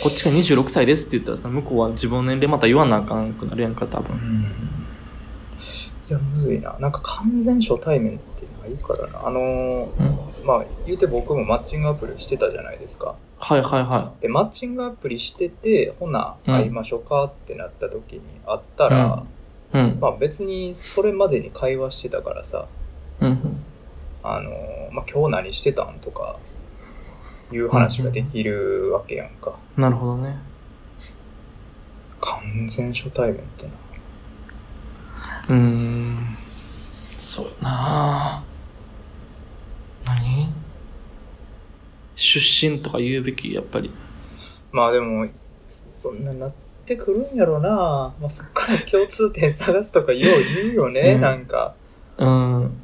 [SPEAKER 1] こっちが26歳ですって言ったらさ、向こうは自分の年齢また言わなあかんくなるやんか、多分。
[SPEAKER 2] いや、むずいな。なんか完全初対面ってないからな。あのー
[SPEAKER 1] うん
[SPEAKER 2] まあ、言うて僕もマッチングアプリしてたじゃないですか。
[SPEAKER 1] はいはいは
[SPEAKER 2] で、マッチングアプリしてて、ほな、
[SPEAKER 1] うん
[SPEAKER 2] 会いましょうかってなった時に会ったら、
[SPEAKER 1] い。うん。
[SPEAKER 2] まあ別にそれまでに会話してたからさ、
[SPEAKER 1] うん。
[SPEAKER 2] あのーまあ、今日何してたんとかいう話ができるわけやんか。
[SPEAKER 1] なるほどね。
[SPEAKER 2] 完全初対面ってな。
[SPEAKER 1] うーん。そうよな何出身とか言うべき、やっぱり。
[SPEAKER 2] まあでも、そんななってくるんやろな、まあ、そっから共通点探すとかよう言うよね、
[SPEAKER 1] うん
[SPEAKER 2] なんか
[SPEAKER 1] うん。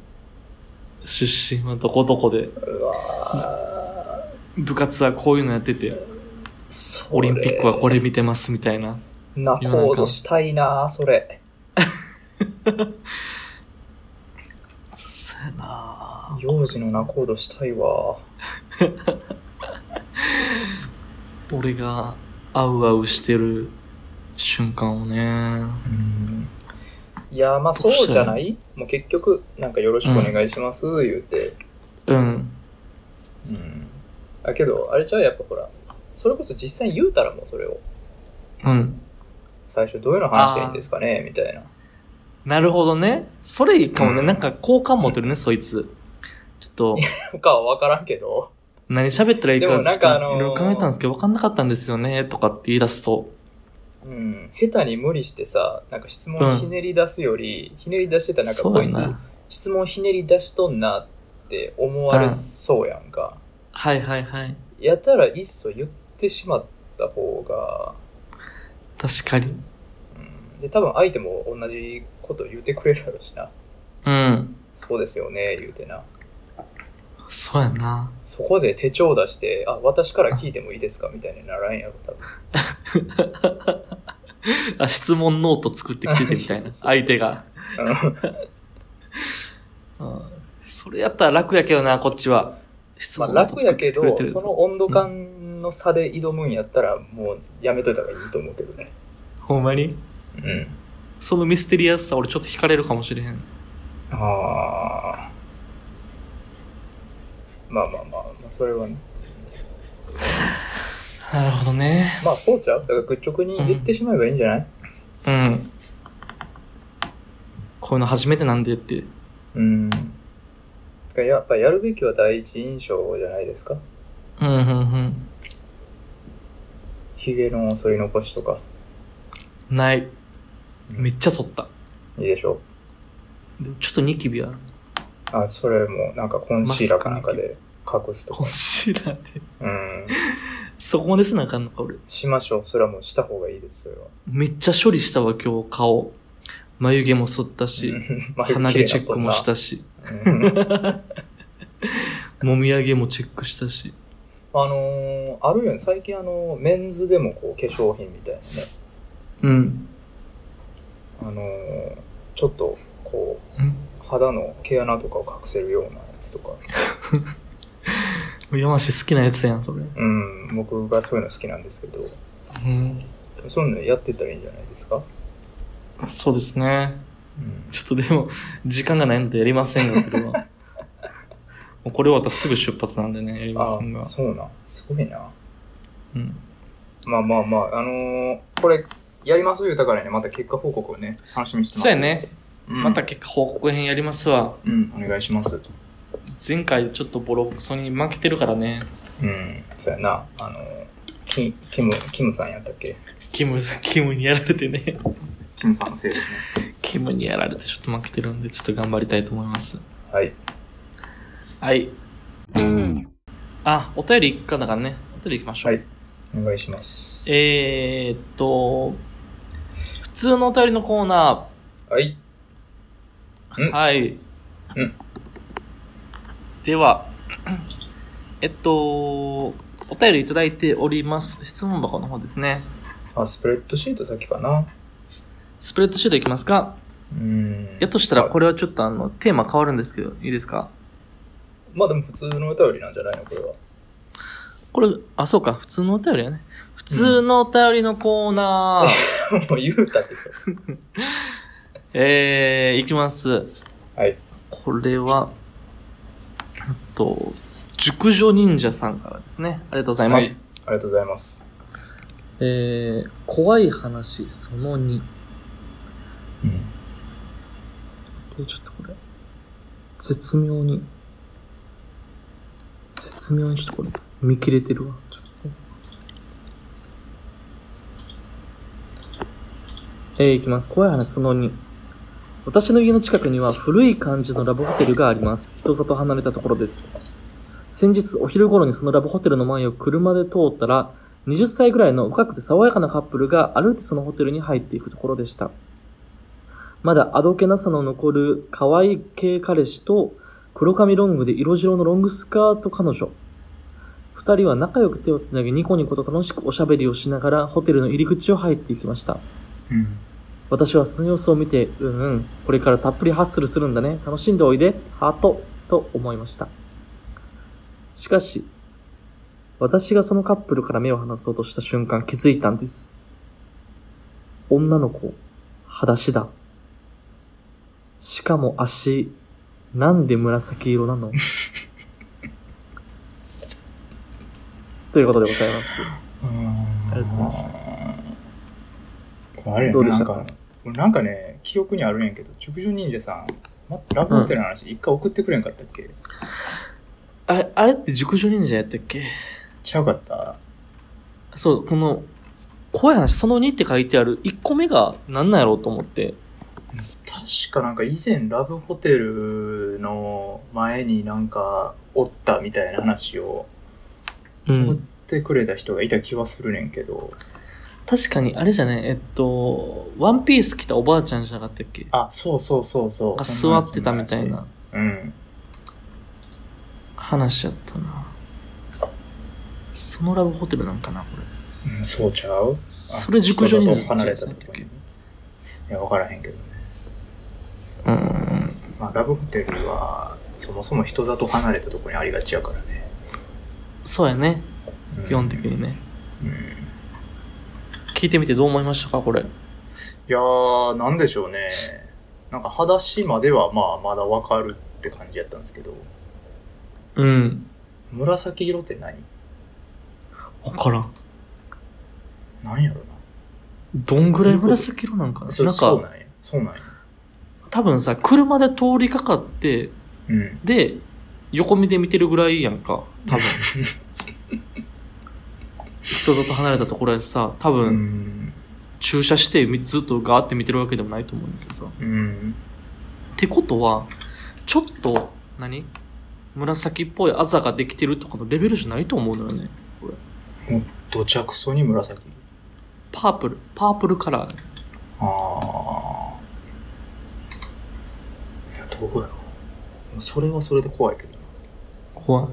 [SPEAKER 1] 出身はどこどこで、
[SPEAKER 2] うわー
[SPEAKER 1] 部活はこういうのやってて、
[SPEAKER 2] それ
[SPEAKER 1] オリンピックはこれ見てますみたいな。
[SPEAKER 2] なコードしたいなそれ
[SPEAKER 1] そうやな
[SPEAKER 2] 幼児のナコードしたいわ
[SPEAKER 1] 俺がアウアウしてる瞬間をね。
[SPEAKER 2] いやまあそうじゃないもう結局なんかよろしくお願いします、言うて
[SPEAKER 1] うん。
[SPEAKER 2] うんだけどあれじゃあやっぱほらそれこそ実際に言うたらもうそれを
[SPEAKER 1] うん。
[SPEAKER 2] 最初どういうの話がいいんですかねみたいな
[SPEAKER 1] なるほどね。それいいかもね。
[SPEAKER 2] うん
[SPEAKER 1] なんか好感持ってるね、そいつ。ちょっと、
[SPEAKER 2] とかは分からんけど
[SPEAKER 1] 何喋ったらいいか、ち
[SPEAKER 2] で
[SPEAKER 1] ょ
[SPEAKER 2] もな
[SPEAKER 1] っ
[SPEAKER 2] ん
[SPEAKER 1] と
[SPEAKER 2] か
[SPEAKER 1] い
[SPEAKER 2] あのー
[SPEAKER 1] ろいろ考えたんですけど、分かんなかったんですよね、とかって言い出すと。
[SPEAKER 2] うん、下手に無理してさなんか質問ひねり出すより、ひねり出してたらなんか
[SPEAKER 1] そう
[SPEAKER 2] こ
[SPEAKER 1] や
[SPEAKER 2] いつ
[SPEAKER 1] な。
[SPEAKER 2] 質問ひねり出しとんなって思われそうやんか、
[SPEAKER 1] はいはいはい。
[SPEAKER 2] やったらいっそ言ってしまった方が、
[SPEAKER 1] 確かに。
[SPEAKER 2] うん、で多分相手も同じこと言うてくれるやろしな
[SPEAKER 1] うん。
[SPEAKER 2] そうですよね言うてな
[SPEAKER 1] そうやな。
[SPEAKER 2] そこで手帳出してあ私から聞いてもいいですかみたいにならんやろ多分
[SPEAKER 1] あ、質問ノート作ってきててみた
[SPEAKER 2] そうそう
[SPEAKER 1] い
[SPEAKER 2] そ
[SPEAKER 1] な
[SPEAKER 2] う。
[SPEAKER 1] 相手が。
[SPEAKER 2] うん
[SPEAKER 1] うんそれやったら楽やけどな、こっちは。質
[SPEAKER 2] まあ
[SPEAKER 1] 問ノート
[SPEAKER 2] 楽
[SPEAKER 1] 作
[SPEAKER 2] や
[SPEAKER 1] っ
[SPEAKER 2] け
[SPEAKER 1] てきて
[SPEAKER 2] ど
[SPEAKER 1] くれてる
[SPEAKER 2] そ
[SPEAKER 1] と
[SPEAKER 2] の温度感の差で挑むんやったらもうやめといた方がいいと思うけどね
[SPEAKER 1] ほんまに
[SPEAKER 2] うん
[SPEAKER 1] そのミステリアスさ、俺ちょっと惹かれるかもしれへん。
[SPEAKER 2] ああ。まあまあまあ、まあ、それはね。
[SPEAKER 1] なるほどね。
[SPEAKER 2] まあそうちゃうだから愚直に言ってしまえばいいんじゃない
[SPEAKER 1] うん。こういうの初めてなんでって。
[SPEAKER 2] うん。だからやっぱやるべきは第一印象じゃないですか。
[SPEAKER 1] うん、うん、
[SPEAKER 2] ヒゲの剃り残しとか。
[SPEAKER 1] うん。ない。
[SPEAKER 2] うん
[SPEAKER 1] めっちゃ剃った。
[SPEAKER 2] いいでしょ
[SPEAKER 1] でもちょっとニキビある。
[SPEAKER 2] あ、それもなんかコンシーラーかなんかで隠すと
[SPEAKER 1] コ
[SPEAKER 2] か
[SPEAKER 1] ン。シーラーで。
[SPEAKER 2] うん。
[SPEAKER 1] そこまですなあかんのか、俺。
[SPEAKER 2] しましょう。それはもうした方がいいです、それは。
[SPEAKER 1] めっちゃ処理したわ、今日、顔。眉毛も剃った
[SPEAKER 2] う
[SPEAKER 1] し、
[SPEAKER 2] ん
[SPEAKER 1] 鼻毛チェックもし。たし、
[SPEAKER 2] うん
[SPEAKER 1] もみあげもチェックしたし。
[SPEAKER 2] あのーあるよね。最近あのーメンズでもこう化粧品みたいなね。
[SPEAKER 1] うん。
[SPEAKER 2] あのーちょっとこ
[SPEAKER 1] うん
[SPEAKER 2] う肌の毛穴とかを隠せるようなやつとか
[SPEAKER 1] 山氏好きなやつやん、それ。
[SPEAKER 2] うん僕がそういうの好きなんですけど
[SPEAKER 1] うん。
[SPEAKER 2] そういうのやってったらいいんじゃないですか、
[SPEAKER 1] そうですね。
[SPEAKER 2] うん、
[SPEAKER 1] ちょっとでも、時間がないのでやりませんが、それは。 もうこれ終わったらすぐ出発なんでね、やりません
[SPEAKER 2] あ
[SPEAKER 1] が。
[SPEAKER 2] そうなんすごいな
[SPEAKER 1] うん。
[SPEAKER 2] まあまあまああのーこれやります言うたからねまた結果報告をね楽しみにしてます
[SPEAKER 1] そうやね。
[SPEAKER 2] うん、
[SPEAKER 1] また結果報告編やりますわ。
[SPEAKER 2] うんお願いします
[SPEAKER 1] 前回ちょっとボロクソに負けてるからね。
[SPEAKER 2] うんそうやなあのーキキムキムさんやったっけ
[SPEAKER 1] キム、キムにやられてね。
[SPEAKER 2] キムさんのせいですね
[SPEAKER 1] キムにやられてちょっと負けてるんで、ちょっと頑張りたいと思います。
[SPEAKER 2] はい
[SPEAKER 1] はい。あ、お便り行くかだからね。お便り行きましょう。
[SPEAKER 2] はいお願いします
[SPEAKER 1] えー、っと、普通のお便りのコーナ
[SPEAKER 2] はい
[SPEAKER 1] ー。
[SPEAKER 2] ん
[SPEAKER 1] はい。
[SPEAKER 2] うん
[SPEAKER 1] では、えっと、お便りいただいております。質問箱の方ですね。
[SPEAKER 2] あスプレッドシート先かな
[SPEAKER 1] スプレッドシートいきますか
[SPEAKER 2] うん
[SPEAKER 1] やとしたら、これはちょっとあの、テーマ変わるんですけど、いいですか
[SPEAKER 2] まあでも普通のお便りなんじゃないのこれは。
[SPEAKER 1] これ、あ、そうか、普通のお便りやね。普通のお便りのコーナー。
[SPEAKER 2] もう言うたってさ。
[SPEAKER 1] えー、いきます。
[SPEAKER 2] はい。
[SPEAKER 1] これは、えっと、熟女忍者さんからですね。ありがとうございます。
[SPEAKER 2] ありがとうございます。
[SPEAKER 1] えー、怖い話その
[SPEAKER 2] う
[SPEAKER 1] 2。
[SPEAKER 2] ん。
[SPEAKER 1] で、ちょっとこれ。絶妙に。絶妙にちょっとこれ、見切れてるわ。ちょっとえー、いきます。怖い話その2。私の家の近くには古い感じのラブホテルがあります。人里離れたところです。先日お昼頃にそのラブホテルの前を車で通ったら、 20歳ぐらいの若くて爽やかなカップルが歩いてそのホテルに入っていくところでした。まだあどけなさの残る可愛い系彼氏と黒髪ロングで色白のロングスカート彼女。二人は仲良く手をつなぎニコニコと楽しくおしゃべりをしながらホテルの入り口を入っていきました。
[SPEAKER 2] うん。
[SPEAKER 1] 私はその様子を見て、うんうん、これからたっぷりハッスルするんだね。楽しんでおいで、ハート、と思いました。しかし、私がそのカップルから目を離そうとした瞬間気づいたんです。女の子、裸足だ。しかも足、なんで紫色 なのということでございます。
[SPEAKER 2] あ
[SPEAKER 1] りがとうございます。
[SPEAKER 2] これあれや
[SPEAKER 1] どう
[SPEAKER 2] な
[SPEAKER 1] でし
[SPEAKER 2] な
[SPEAKER 1] た
[SPEAKER 2] ん
[SPEAKER 1] か
[SPEAKER 2] か、俺なんかね、記憶にあるんやけど、直女忍者さん、ま、ラブホテルの話、一回送ってくれんかったっけ
[SPEAKER 1] あれ、あれって熟女忍者やったっけ
[SPEAKER 2] ちゃうかった
[SPEAKER 1] そう、この、怖い話、その2って書いてある、1個目が何なんやろうと思って。
[SPEAKER 2] 確かなんか以前ラブホテルの前になんかおったみたいな話を
[SPEAKER 1] う
[SPEAKER 2] 送っ
[SPEAKER 1] ん。
[SPEAKER 2] てくれた人がいた気はするねんけど、
[SPEAKER 1] 確かに、あれじゃね、えっと、ワンピース着たおばあちゃんじゃなかったっけ
[SPEAKER 2] あ、そうそうそうそう。
[SPEAKER 1] が
[SPEAKER 2] そんな
[SPEAKER 1] 座ってたみたい。な
[SPEAKER 2] そんな話うん。
[SPEAKER 1] 話やったな。そのラブホテルなんかな、これ。
[SPEAKER 2] うん、そうちゃう
[SPEAKER 1] それ熟女忍者
[SPEAKER 2] 人離れたとこに。いや、わからへんけどね。
[SPEAKER 1] うん。
[SPEAKER 2] まあ、ラブホテルは、そもそも人里離れたとこにありがちやからね。
[SPEAKER 1] そうやね、
[SPEAKER 2] うん
[SPEAKER 1] 基本的にね。
[SPEAKER 2] うん。い
[SPEAKER 1] 聞いてみてどう思いましたか、これ。
[SPEAKER 2] やー、なんでしょうね。なんか、裸足までは、まあ、まだわかるって感じやったんですけど、
[SPEAKER 1] うん。
[SPEAKER 2] 紫色って何
[SPEAKER 1] わからん。
[SPEAKER 2] なんやろ
[SPEAKER 1] どんぐらい紫色なんか
[SPEAKER 2] な。
[SPEAKER 1] な
[SPEAKER 2] そ
[SPEAKER 1] なん
[SPEAKER 2] そう
[SPEAKER 1] か、
[SPEAKER 2] なんや。そうなんや。
[SPEAKER 1] 多分さ、車で通りかかって、
[SPEAKER 2] うん。
[SPEAKER 1] で、横見で見てるぐらいやんか、 多分。人里離れたところやしさ、多
[SPEAKER 2] う
[SPEAKER 1] 分、
[SPEAKER 2] ん。
[SPEAKER 1] 駐車してみずっとガーって見てるわけでもないと思うんだけどさ。っ
[SPEAKER 2] うん。
[SPEAKER 1] てことは、ちょっと、何紫っぽいあざができてるとかのレベルじゃないと思うのよね。
[SPEAKER 2] 土着そに紫。
[SPEAKER 1] パープル、パープルカラ
[SPEAKER 2] あ
[SPEAKER 1] ー。
[SPEAKER 2] あ。いや、どうやろう。それはそれで怖いけどな。
[SPEAKER 1] 怖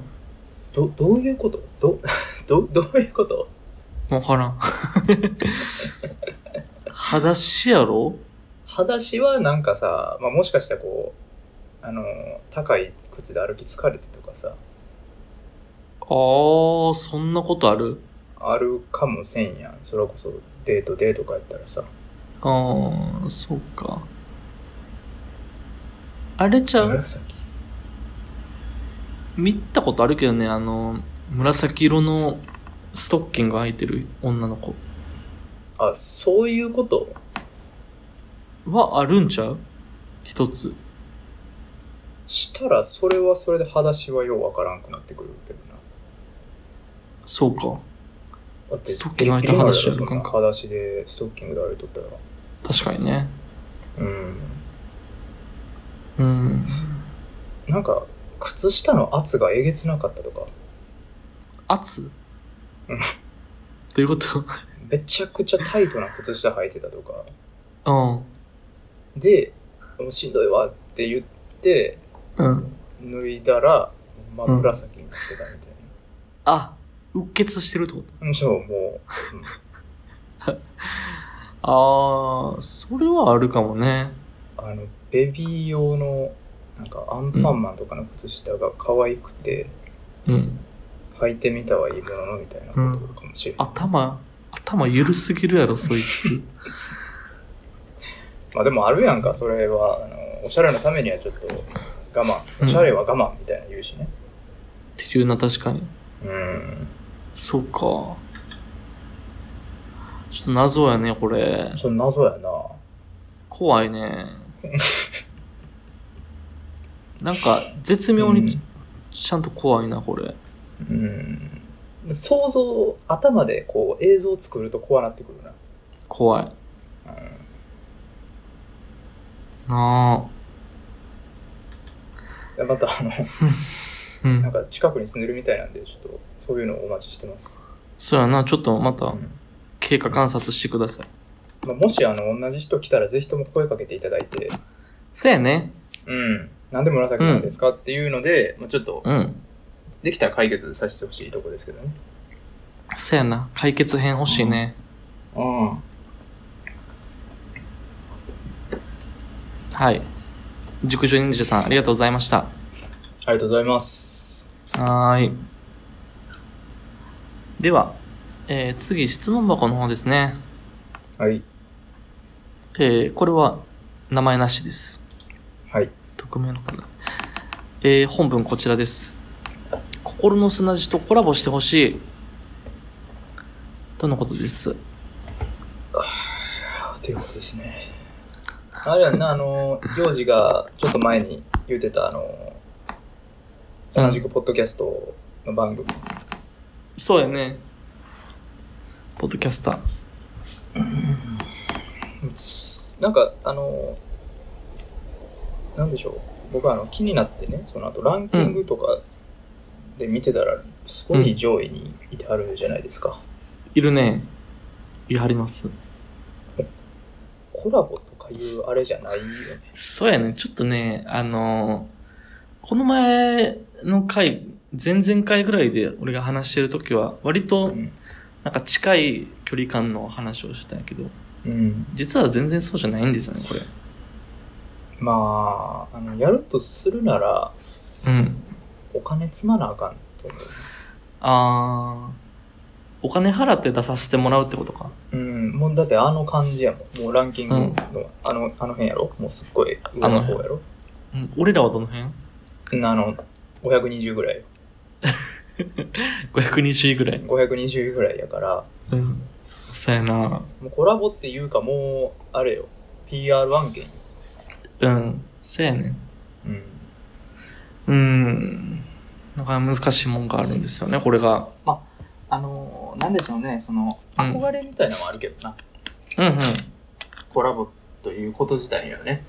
[SPEAKER 2] ど、どういうことど、ど、 どういうこと
[SPEAKER 1] い。わからん。裸足やろ
[SPEAKER 2] 裸足はなんかさ、まあ、もしかしたらこう、あの、高い靴で歩き疲れてとかさ、
[SPEAKER 1] あー、そんなことある
[SPEAKER 2] あるかもせんやん。それこそデートデートかやったらさ。
[SPEAKER 1] あー、そうか。あれちゃう
[SPEAKER 2] 紫。
[SPEAKER 1] 見たことあるけどねあの紫色のストッキング履いてる女の子
[SPEAKER 2] あ、そういうこと
[SPEAKER 1] はあるんちゃう一つ
[SPEAKER 2] したら、それはそれで裸足はようわからんくなってくるけどな。
[SPEAKER 1] そうか
[SPEAKER 2] だって、
[SPEAKER 1] ストッキング履いて裸足やろ
[SPEAKER 2] そんな裸足でストッキングで歩いとったら。
[SPEAKER 1] 確かにね
[SPEAKER 2] うん。
[SPEAKER 1] うん
[SPEAKER 2] なんか、靴下の圧がえげつなかったとか、
[SPEAKER 1] 圧
[SPEAKER 2] うん
[SPEAKER 1] どういうこと
[SPEAKER 2] めちゃくちゃタイトな靴下履いてたとか、
[SPEAKER 1] う
[SPEAKER 2] で、もうしんどいわって言って、
[SPEAKER 1] んうん
[SPEAKER 2] 脱いだら、真
[SPEAKER 1] うん
[SPEAKER 2] 紫になってたみたい
[SPEAKER 1] あうっ血してるってこと
[SPEAKER 2] な。うん、そう、も
[SPEAKER 1] ああそれはあるかもね
[SPEAKER 2] う、あの、ベビー用の、なんかアンパンマンとかの靴下が可愛くて、
[SPEAKER 1] うん
[SPEAKER 2] 履いてみたはいいもののみたいなことかもしれない。
[SPEAKER 1] 頭頭ゆるすぎるやろそいつ
[SPEAKER 2] まあでもあるやんか、それは、あの、おしゃれのためにはちょっと我慢、おしゃれは我慢みたいな言うしね。
[SPEAKER 1] っていうな確かに
[SPEAKER 2] うん、
[SPEAKER 1] そうか。ちょっと謎やね、これ。
[SPEAKER 2] それ謎やな。
[SPEAKER 1] 怖い ね。なんか、絶妙にちゃんと怖いな、これ。
[SPEAKER 2] うん、うん。想像、頭でこう映像を作ると怖なってくるな。
[SPEAKER 1] 怖い。
[SPEAKER 2] うん
[SPEAKER 1] な
[SPEAKER 2] でまたあの、
[SPEAKER 1] あ。う
[SPEAKER 2] なん
[SPEAKER 1] ん。
[SPEAKER 2] か近くに住んでるみたいなんで、ちょっとそういうのをお待ちしてます。
[SPEAKER 1] そうやな、ちょっとまた
[SPEAKER 2] うん
[SPEAKER 1] 経過観察してください。
[SPEAKER 2] まあ、もしあの同じ人来たらぜひとも声かけていただいて、
[SPEAKER 1] せやね。
[SPEAKER 2] うん、なんで紫なんですかっていうので、まあ、ちょっと
[SPEAKER 1] うん。
[SPEAKER 2] できたら解決させてほしいとこですけどね。
[SPEAKER 1] せやな。解決編欲しいね。
[SPEAKER 2] うん、
[SPEAKER 1] はい。熟女忍者さん、ありがとうございました。
[SPEAKER 2] ありがとうございます。
[SPEAKER 1] はーい。では、えー次、質問箱の方ですね。
[SPEAKER 2] はい。
[SPEAKER 1] えーこれは、名前なしです。
[SPEAKER 2] はい。
[SPEAKER 1] 匿名の方。えー本文こちらです。心の砂地とコラボしてほしい。とのことです。
[SPEAKER 2] ということですね。あれやんな、あの、行事がちょっと前に言ってた、あの、
[SPEAKER 1] うん
[SPEAKER 2] 同じくポッドキャストの番組。
[SPEAKER 1] そうやね。ポッドキャスター。
[SPEAKER 2] なんか、あの、なんでしょう。僕はあの気になってね、その後ランキングとかで見てたら、すごい上位にいてあるじゃないですか。
[SPEAKER 1] いるね。いはります。
[SPEAKER 2] コラボとかいうあれじゃないよね。
[SPEAKER 1] そうやね。ちょっとね、あのーこの前の回、前々回ぐらいで俺が話してる時は、割
[SPEAKER 2] う
[SPEAKER 1] と
[SPEAKER 2] ん。
[SPEAKER 1] なんか近い距離感の話をしてたんやけど、
[SPEAKER 2] うん、
[SPEAKER 1] 実は全然そうじゃないんですよね、これ。
[SPEAKER 2] まあ、あの、やるとするなら、
[SPEAKER 1] うん。
[SPEAKER 2] お金積まなあかんと思う。
[SPEAKER 1] あー、お金払って出させてもらうってことか。
[SPEAKER 2] うん、もうだってあの感じやもん。もうランキングの、
[SPEAKER 1] うん
[SPEAKER 2] あの、あの辺やろもうすっごい上の方やろ
[SPEAKER 1] うん、俺らはどの
[SPEAKER 2] う
[SPEAKER 1] 辺
[SPEAKER 2] んあの、520ぐらいよ。
[SPEAKER 1] ?520 位ぐらい。
[SPEAKER 2] 520ぐらいやから、
[SPEAKER 1] うん。そうやな。
[SPEAKER 2] もうコラボっていうかもう、あれよ、PR 案件よ。
[SPEAKER 1] うん。そうやね。
[SPEAKER 2] うん。
[SPEAKER 1] うん。なかなか難しいもんがあるんですよね、これが。
[SPEAKER 2] あのー、なんでしょうね、その、
[SPEAKER 1] うん
[SPEAKER 2] 憧れみたいなのもあるけどな。
[SPEAKER 1] うんうん。
[SPEAKER 2] コラボということ自体にはね。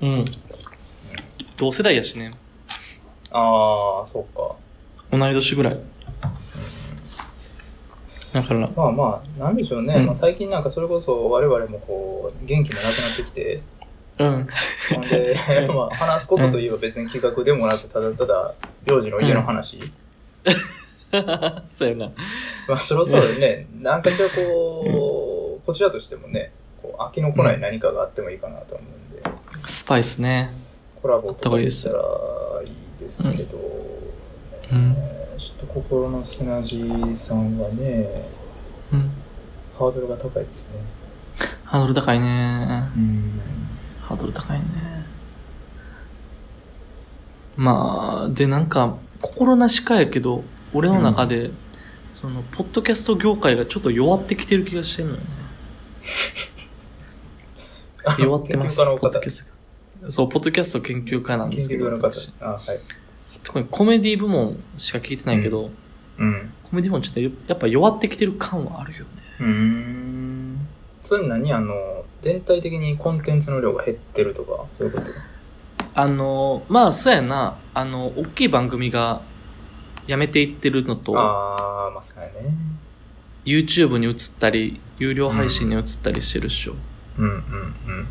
[SPEAKER 1] うん。同世代やしね。
[SPEAKER 2] ああ、そうか。
[SPEAKER 1] 同い年ぐらい。だから、
[SPEAKER 2] まあまあ、なんでしょうね。
[SPEAKER 1] うん
[SPEAKER 2] まあ、最近なんかそれこそ我々もこう、元気もなくなってきて、
[SPEAKER 1] うん。
[SPEAKER 2] ほんで、 まあ、話すことといえば別に企画でもなく、ただただ、幼児の家の話。
[SPEAKER 1] そうやな。
[SPEAKER 2] まあ、そろそろね、何かしらこう、こちらとしてもね、こう飽きのこない何かがあってもいいかなと思うんで、
[SPEAKER 1] スパイスね。
[SPEAKER 2] コラボとかできたらいいですけど、
[SPEAKER 1] うん。
[SPEAKER 2] えーちょっと心の砂地さんはね、
[SPEAKER 1] うん。
[SPEAKER 2] ハードルが高いですね。
[SPEAKER 1] ハードル高いね。
[SPEAKER 2] うん。
[SPEAKER 1] ハードル高いね。まあ、で、なんか、心なしかやけど、俺の中で、その、ポッドキャスト業界がちょっと弱ってきてる気がし てるのよね。弱ってます。
[SPEAKER 2] 研究家の
[SPEAKER 1] ポッ
[SPEAKER 2] 方
[SPEAKER 1] ドキャストそう、ポッドキャスト研究家なん
[SPEAKER 2] 研
[SPEAKER 1] ですけ
[SPEAKER 2] 究
[SPEAKER 1] ど、
[SPEAKER 2] 家の方
[SPEAKER 1] 私。
[SPEAKER 2] あ、はい。
[SPEAKER 1] 特にコメディ部門しか聞いてないけど、
[SPEAKER 2] うん。
[SPEAKER 1] コメディ部門ちょっとやっぱ弱ってきてる感はあるよね。
[SPEAKER 2] うーん。それ何あの、全体的にコンテンツの量が減ってるとか、そういうこと
[SPEAKER 1] あの、まあ、そうやな、あの、大きい番組がやめていってるのと、
[SPEAKER 2] ああ、まあ、そうやね。
[SPEAKER 1] YouTube に移ったり、有料配信に移ったりしてるっしょ。
[SPEAKER 2] うんうんうん。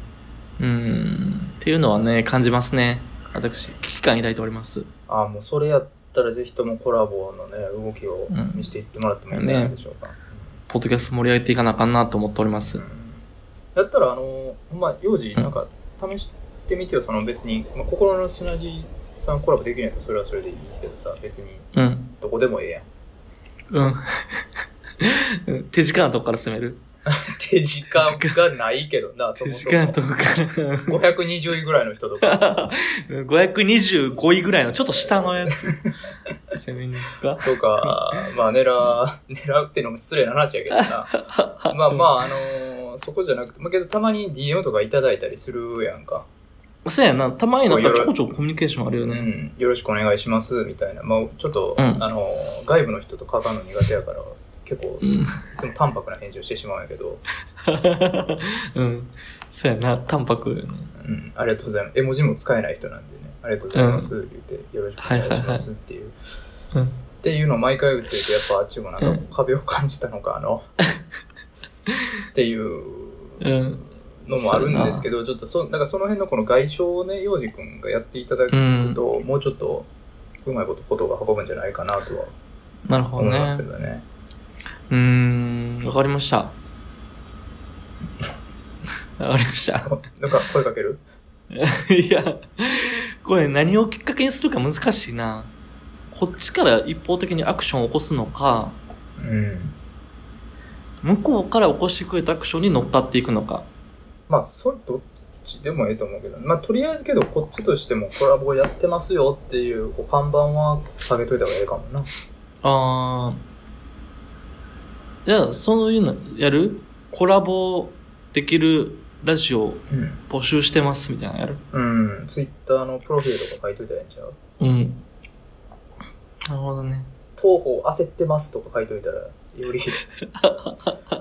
[SPEAKER 1] うん、っていうのはね、感じますね。私、危機感抱いております。
[SPEAKER 2] ああ、もうそれやったらぜひともコラボのね、動きを
[SPEAKER 1] うん
[SPEAKER 2] 見せていってもらってもいいんじゃないでしょうか。
[SPEAKER 1] ポッドキャスト盛り上げていかなあかんなと思っておりま
[SPEAKER 2] う
[SPEAKER 1] す
[SPEAKER 2] ん。やったら、あの、ほんまあ、幼児、
[SPEAKER 1] うん
[SPEAKER 2] なんか、試してみてよ、その別に、まあ、心の砂地さんコラボできるんやったらそれはそれでいいけどさ、別に
[SPEAKER 1] うん。
[SPEAKER 2] どこでもええやん。
[SPEAKER 1] うん。 手近なとこから攻める。
[SPEAKER 2] 手近がないけど な、そ
[SPEAKER 1] 手
[SPEAKER 2] もそ
[SPEAKER 1] 近な
[SPEAKER 2] も
[SPEAKER 1] と。こから。
[SPEAKER 2] 520位ぐらいの人とか。
[SPEAKER 1] 525位ぐらいの、ちょっと下のやつ。攻めに行くか。
[SPEAKER 2] とか、まあ狙う、狙うっていうのも失礼な話やけどな。まあまあ、あのーそこじゃなくて、まあけどたまに DM とかいただいたりするやんか。
[SPEAKER 1] そうやな、たまになんかちょこちょこコミュニケーションあるよ
[SPEAKER 2] う
[SPEAKER 1] ね。
[SPEAKER 2] ん、よろしくお願いします、みたいな。まあちょっと、
[SPEAKER 1] うん
[SPEAKER 2] あのー外部の人と関わるの苦手やから、結構、
[SPEAKER 1] うん
[SPEAKER 2] いつも淡白な返事をしてしまうんやけど、
[SPEAKER 1] うん。そうやな、淡白よね。
[SPEAKER 2] うん、ありがとうございます。絵文字も使えない人なんでね、ありがとうございます、言って、よろしくお願いしますっていう。
[SPEAKER 1] うん
[SPEAKER 2] っていうのを毎回打ってて、やっぱあっちもなんか壁を感じたのか、あの、っていう
[SPEAKER 1] うん。
[SPEAKER 2] のもあるんですけど、ちょっとそ、なんかその辺のこの外傷をね、洋二くんがやっていただくと、もうちょっと、うまいことことが運ぶんじゃないかなとは
[SPEAKER 1] なるほど
[SPEAKER 2] 思い
[SPEAKER 1] ね。
[SPEAKER 2] ますけどね。
[SPEAKER 1] うーん、 わかりました。わかりました。
[SPEAKER 2] なんか声かける
[SPEAKER 1] いや、これ何をきっかけにするか難しいな。こっちから一方的にアクションを起こすのか、
[SPEAKER 2] うん。
[SPEAKER 1] 向こうから起こしてくれたアクションに乗っかっていくのか。
[SPEAKER 2] まあ、それどっちでもええと思うけど、まあ、とりあえずけど、こっちとしてもコラボやってますよっていう、こう看板は下げといた方がええかもな。
[SPEAKER 1] あーじゃあ、そういうのやるコラボできるラジオ
[SPEAKER 2] う
[SPEAKER 1] 募集してますみたいなのやる
[SPEAKER 2] ん。うん。ツイッターのプロフィールとか書いといたらええんちゃう
[SPEAKER 1] うん。なるほどね。
[SPEAKER 2] 東方焦ってますとか書いといたら、 より、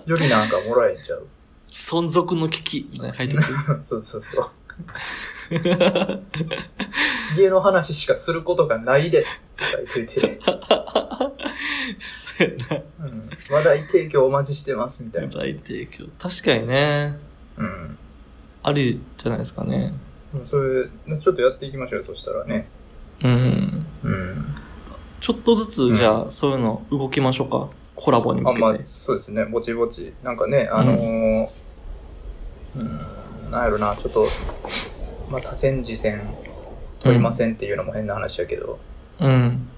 [SPEAKER 2] よりなんかもらえんちゃう
[SPEAKER 1] 存続の危機みたいなの書いてくる。
[SPEAKER 2] そうそうそう。家の話しかすることがないですって書いといて、
[SPEAKER 1] そうやな。
[SPEAKER 2] うん。話題提供お待ちしてますみたいな。
[SPEAKER 1] 大提供。確かにね。
[SPEAKER 2] うん。
[SPEAKER 1] ありじゃないですかね。
[SPEAKER 2] でもそれ、ちょっとやっていきましょうよ、そしたらね。
[SPEAKER 1] うん。
[SPEAKER 2] うん。
[SPEAKER 1] ちょっとずつ、じゃあ、そういうの動きましょうか。コラボに
[SPEAKER 2] あ
[SPEAKER 1] 向け
[SPEAKER 2] まあ
[SPEAKER 1] て。
[SPEAKER 2] そうですねぼちぼちなんかねあのーうん、なんやろなちょっと、まあ、多線次線取りませんっていうのも変な話やけど、
[SPEAKER 1] うん。
[SPEAKER 2] うん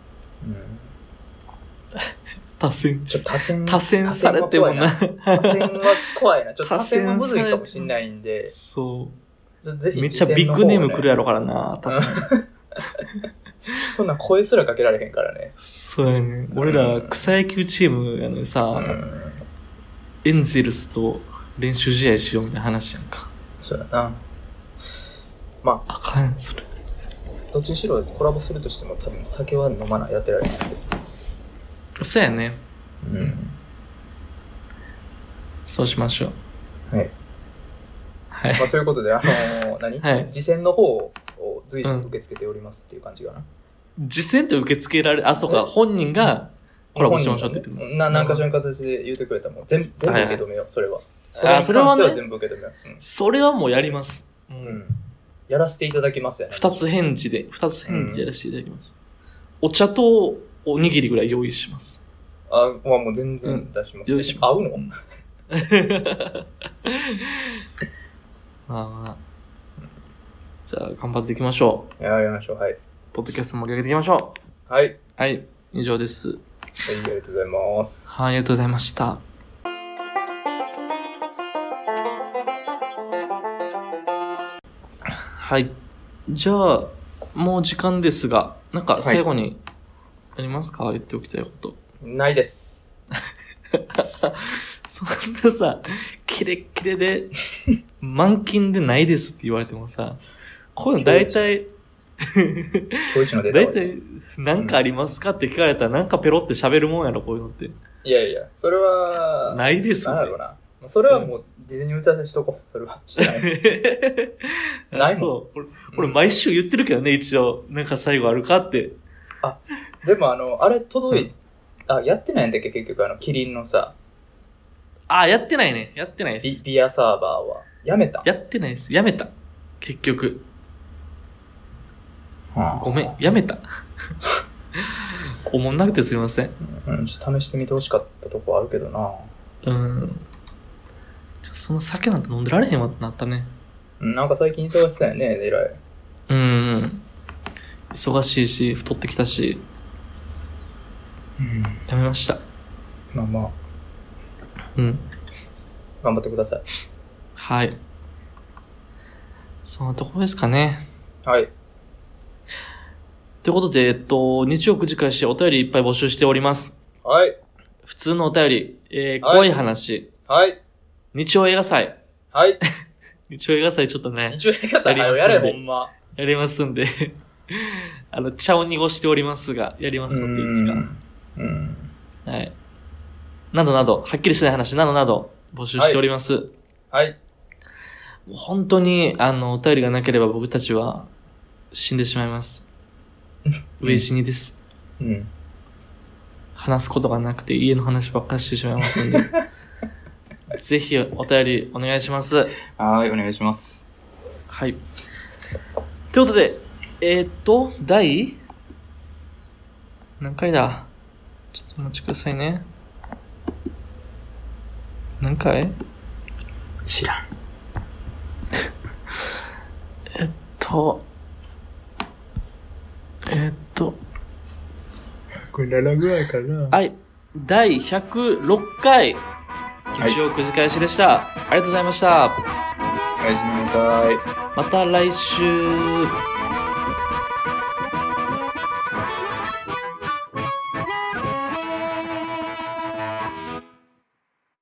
[SPEAKER 1] 多選。
[SPEAKER 2] ちょっと多線
[SPEAKER 1] 多選されてもな。
[SPEAKER 2] 多線は怖いなちょっと
[SPEAKER 1] 多
[SPEAKER 2] 多
[SPEAKER 1] 線
[SPEAKER 2] 線は
[SPEAKER 1] されても
[SPEAKER 2] むずいかもしんないんで
[SPEAKER 1] そ
[SPEAKER 2] ちょっとぜ
[SPEAKER 1] う。
[SPEAKER 2] ひ
[SPEAKER 1] めっちゃビッグネームくるやろからな、多選。
[SPEAKER 2] そんな声すらかけられへんからね、
[SPEAKER 1] そうやね。俺ら、草野球チームやのに
[SPEAKER 2] う
[SPEAKER 1] さ、
[SPEAKER 2] ん、
[SPEAKER 1] エンゼルスと練習試合しようみたいな話やんか。
[SPEAKER 2] そうやな
[SPEAKER 1] あかん、それ。
[SPEAKER 2] どっちにしろコラボするとしても多分酒は飲まないやってられない、
[SPEAKER 1] そうやね。
[SPEAKER 2] うん、
[SPEAKER 1] そうしましょう。
[SPEAKER 2] はい
[SPEAKER 1] はい。
[SPEAKER 2] まあ、ということで、あのー何、
[SPEAKER 1] はい
[SPEAKER 2] 次戦の方を随時受け付けておりますっていう感じかな。
[SPEAKER 1] 実践って受け付けられ、あ、そうか、本人がコラボしましょうって言って
[SPEAKER 2] も。な何かしらの形で言ってくれたらもう全全部受け止めよう、それは。
[SPEAKER 1] あそれ
[SPEAKER 2] それに関
[SPEAKER 1] はね
[SPEAKER 2] して全部受け止めよ
[SPEAKER 1] それはもうやります。う。
[SPEAKER 2] う。うんん。やらせていただきますよね。
[SPEAKER 1] 二つ返事で、二つ返事やらせていただきます。お茶とおにぎりぐらい用意し ます。
[SPEAKER 2] あ、まあ、もう全
[SPEAKER 1] う
[SPEAKER 2] 然
[SPEAKER 1] ん
[SPEAKER 2] 出します。
[SPEAKER 1] 用意します。
[SPEAKER 2] 合うの、
[SPEAKER 1] んまあまあ。じゃあ、頑張っていきましょう。
[SPEAKER 2] やりましょう。はい。
[SPEAKER 1] ポッドキャストも盛り上げていきましょ
[SPEAKER 2] はい。はい、
[SPEAKER 1] う。はい、以上です。
[SPEAKER 2] ありがとうございます。
[SPEAKER 1] はい、ありがとうございました。はい。じゃあ、もう時間ですが、なんか最後にありますか、言っておきたいこと。
[SPEAKER 2] ないです。
[SPEAKER 1] そんなさ、キレッキレで、満勤でないですって言われてもさ、こういうの大 体、
[SPEAKER 2] 正一のデータ
[SPEAKER 1] 大
[SPEAKER 2] は
[SPEAKER 1] 体、なんかありますかって聞かれたら、なんかペロって喋るもんやろ、こういうのって。
[SPEAKER 2] いやいや、それは、い
[SPEAKER 1] ないです
[SPEAKER 2] なんだろうな。まあそれはもう、事前に打ち合わせしとこう。それ は。して ない。な
[SPEAKER 1] ね。
[SPEAKER 2] いもん
[SPEAKER 1] そう。俺、俺毎週言ってるけどね、一応。なんか最後あるかって。
[SPEAKER 2] でもあの、あれ届い、
[SPEAKER 1] うん
[SPEAKER 2] あ、やってないんだっけ結局あの、キリンのさ、
[SPEAKER 1] あ、やってないね。やってないで
[SPEAKER 2] ビ
[SPEAKER 1] す。
[SPEAKER 2] ビアサーバーは。やめた。
[SPEAKER 1] やってないです。やめた。結局。
[SPEAKER 2] は
[SPEAKER 1] ごめん。やめた。おもんなくてすみません。
[SPEAKER 2] あうん、ちょっと試してみてほしかったとこあるけどな。
[SPEAKER 1] うん。ちょその酒なんて飲んでられへんわってなったね。
[SPEAKER 2] うんなんか最近忙してたよね、えらい。
[SPEAKER 1] うんうん。忙しいし、太ってきたし、
[SPEAKER 2] うん。
[SPEAKER 1] やめました。
[SPEAKER 2] まあまあ、
[SPEAKER 1] うん。
[SPEAKER 2] 頑張ってください。
[SPEAKER 1] はい。そんなとこですかね。
[SPEAKER 2] はい。
[SPEAKER 1] ということで、えっと、日曜9時開始お便りいっぱい募集しております。
[SPEAKER 2] はい。
[SPEAKER 1] 普通のお便り、えー、
[SPEAKER 2] はい
[SPEAKER 1] 怖い話、
[SPEAKER 2] はい。
[SPEAKER 1] 日曜映画祭。
[SPEAKER 2] はい。
[SPEAKER 1] 日曜映画祭ちょっとね、
[SPEAKER 2] 一応映画祭
[SPEAKER 1] やります
[SPEAKER 2] やれ、
[SPEAKER 1] んで
[SPEAKER 2] ほんま。
[SPEAKER 1] やりますんで、 あの、茶を濁しておりますが、やりますので、いつか。
[SPEAKER 2] うん。
[SPEAKER 1] はい。などなど、はっきりしない話などなど募集しております。
[SPEAKER 2] はい。
[SPEAKER 1] 本当に、あの、お便りがなければ僕たちは 死んでしまいます。
[SPEAKER 2] うん
[SPEAKER 1] 上死にです。
[SPEAKER 2] うん。
[SPEAKER 1] 話すことがなくて家の話ばっかりしてしまいま すんで、ぜひお便りお願いします。
[SPEAKER 2] はい、お願いします。
[SPEAKER 1] はい。ということで、えーっと、第何回だちょっとお待ちくださいね。何回
[SPEAKER 2] 知らん。
[SPEAKER 1] と、えーっと、
[SPEAKER 2] これ7ぐらいかな
[SPEAKER 1] はい。第106回、
[SPEAKER 2] い
[SPEAKER 1] 劇場くじ返しでした、ありがとうございました。
[SPEAKER 2] おやすみなさい。
[SPEAKER 1] また来週。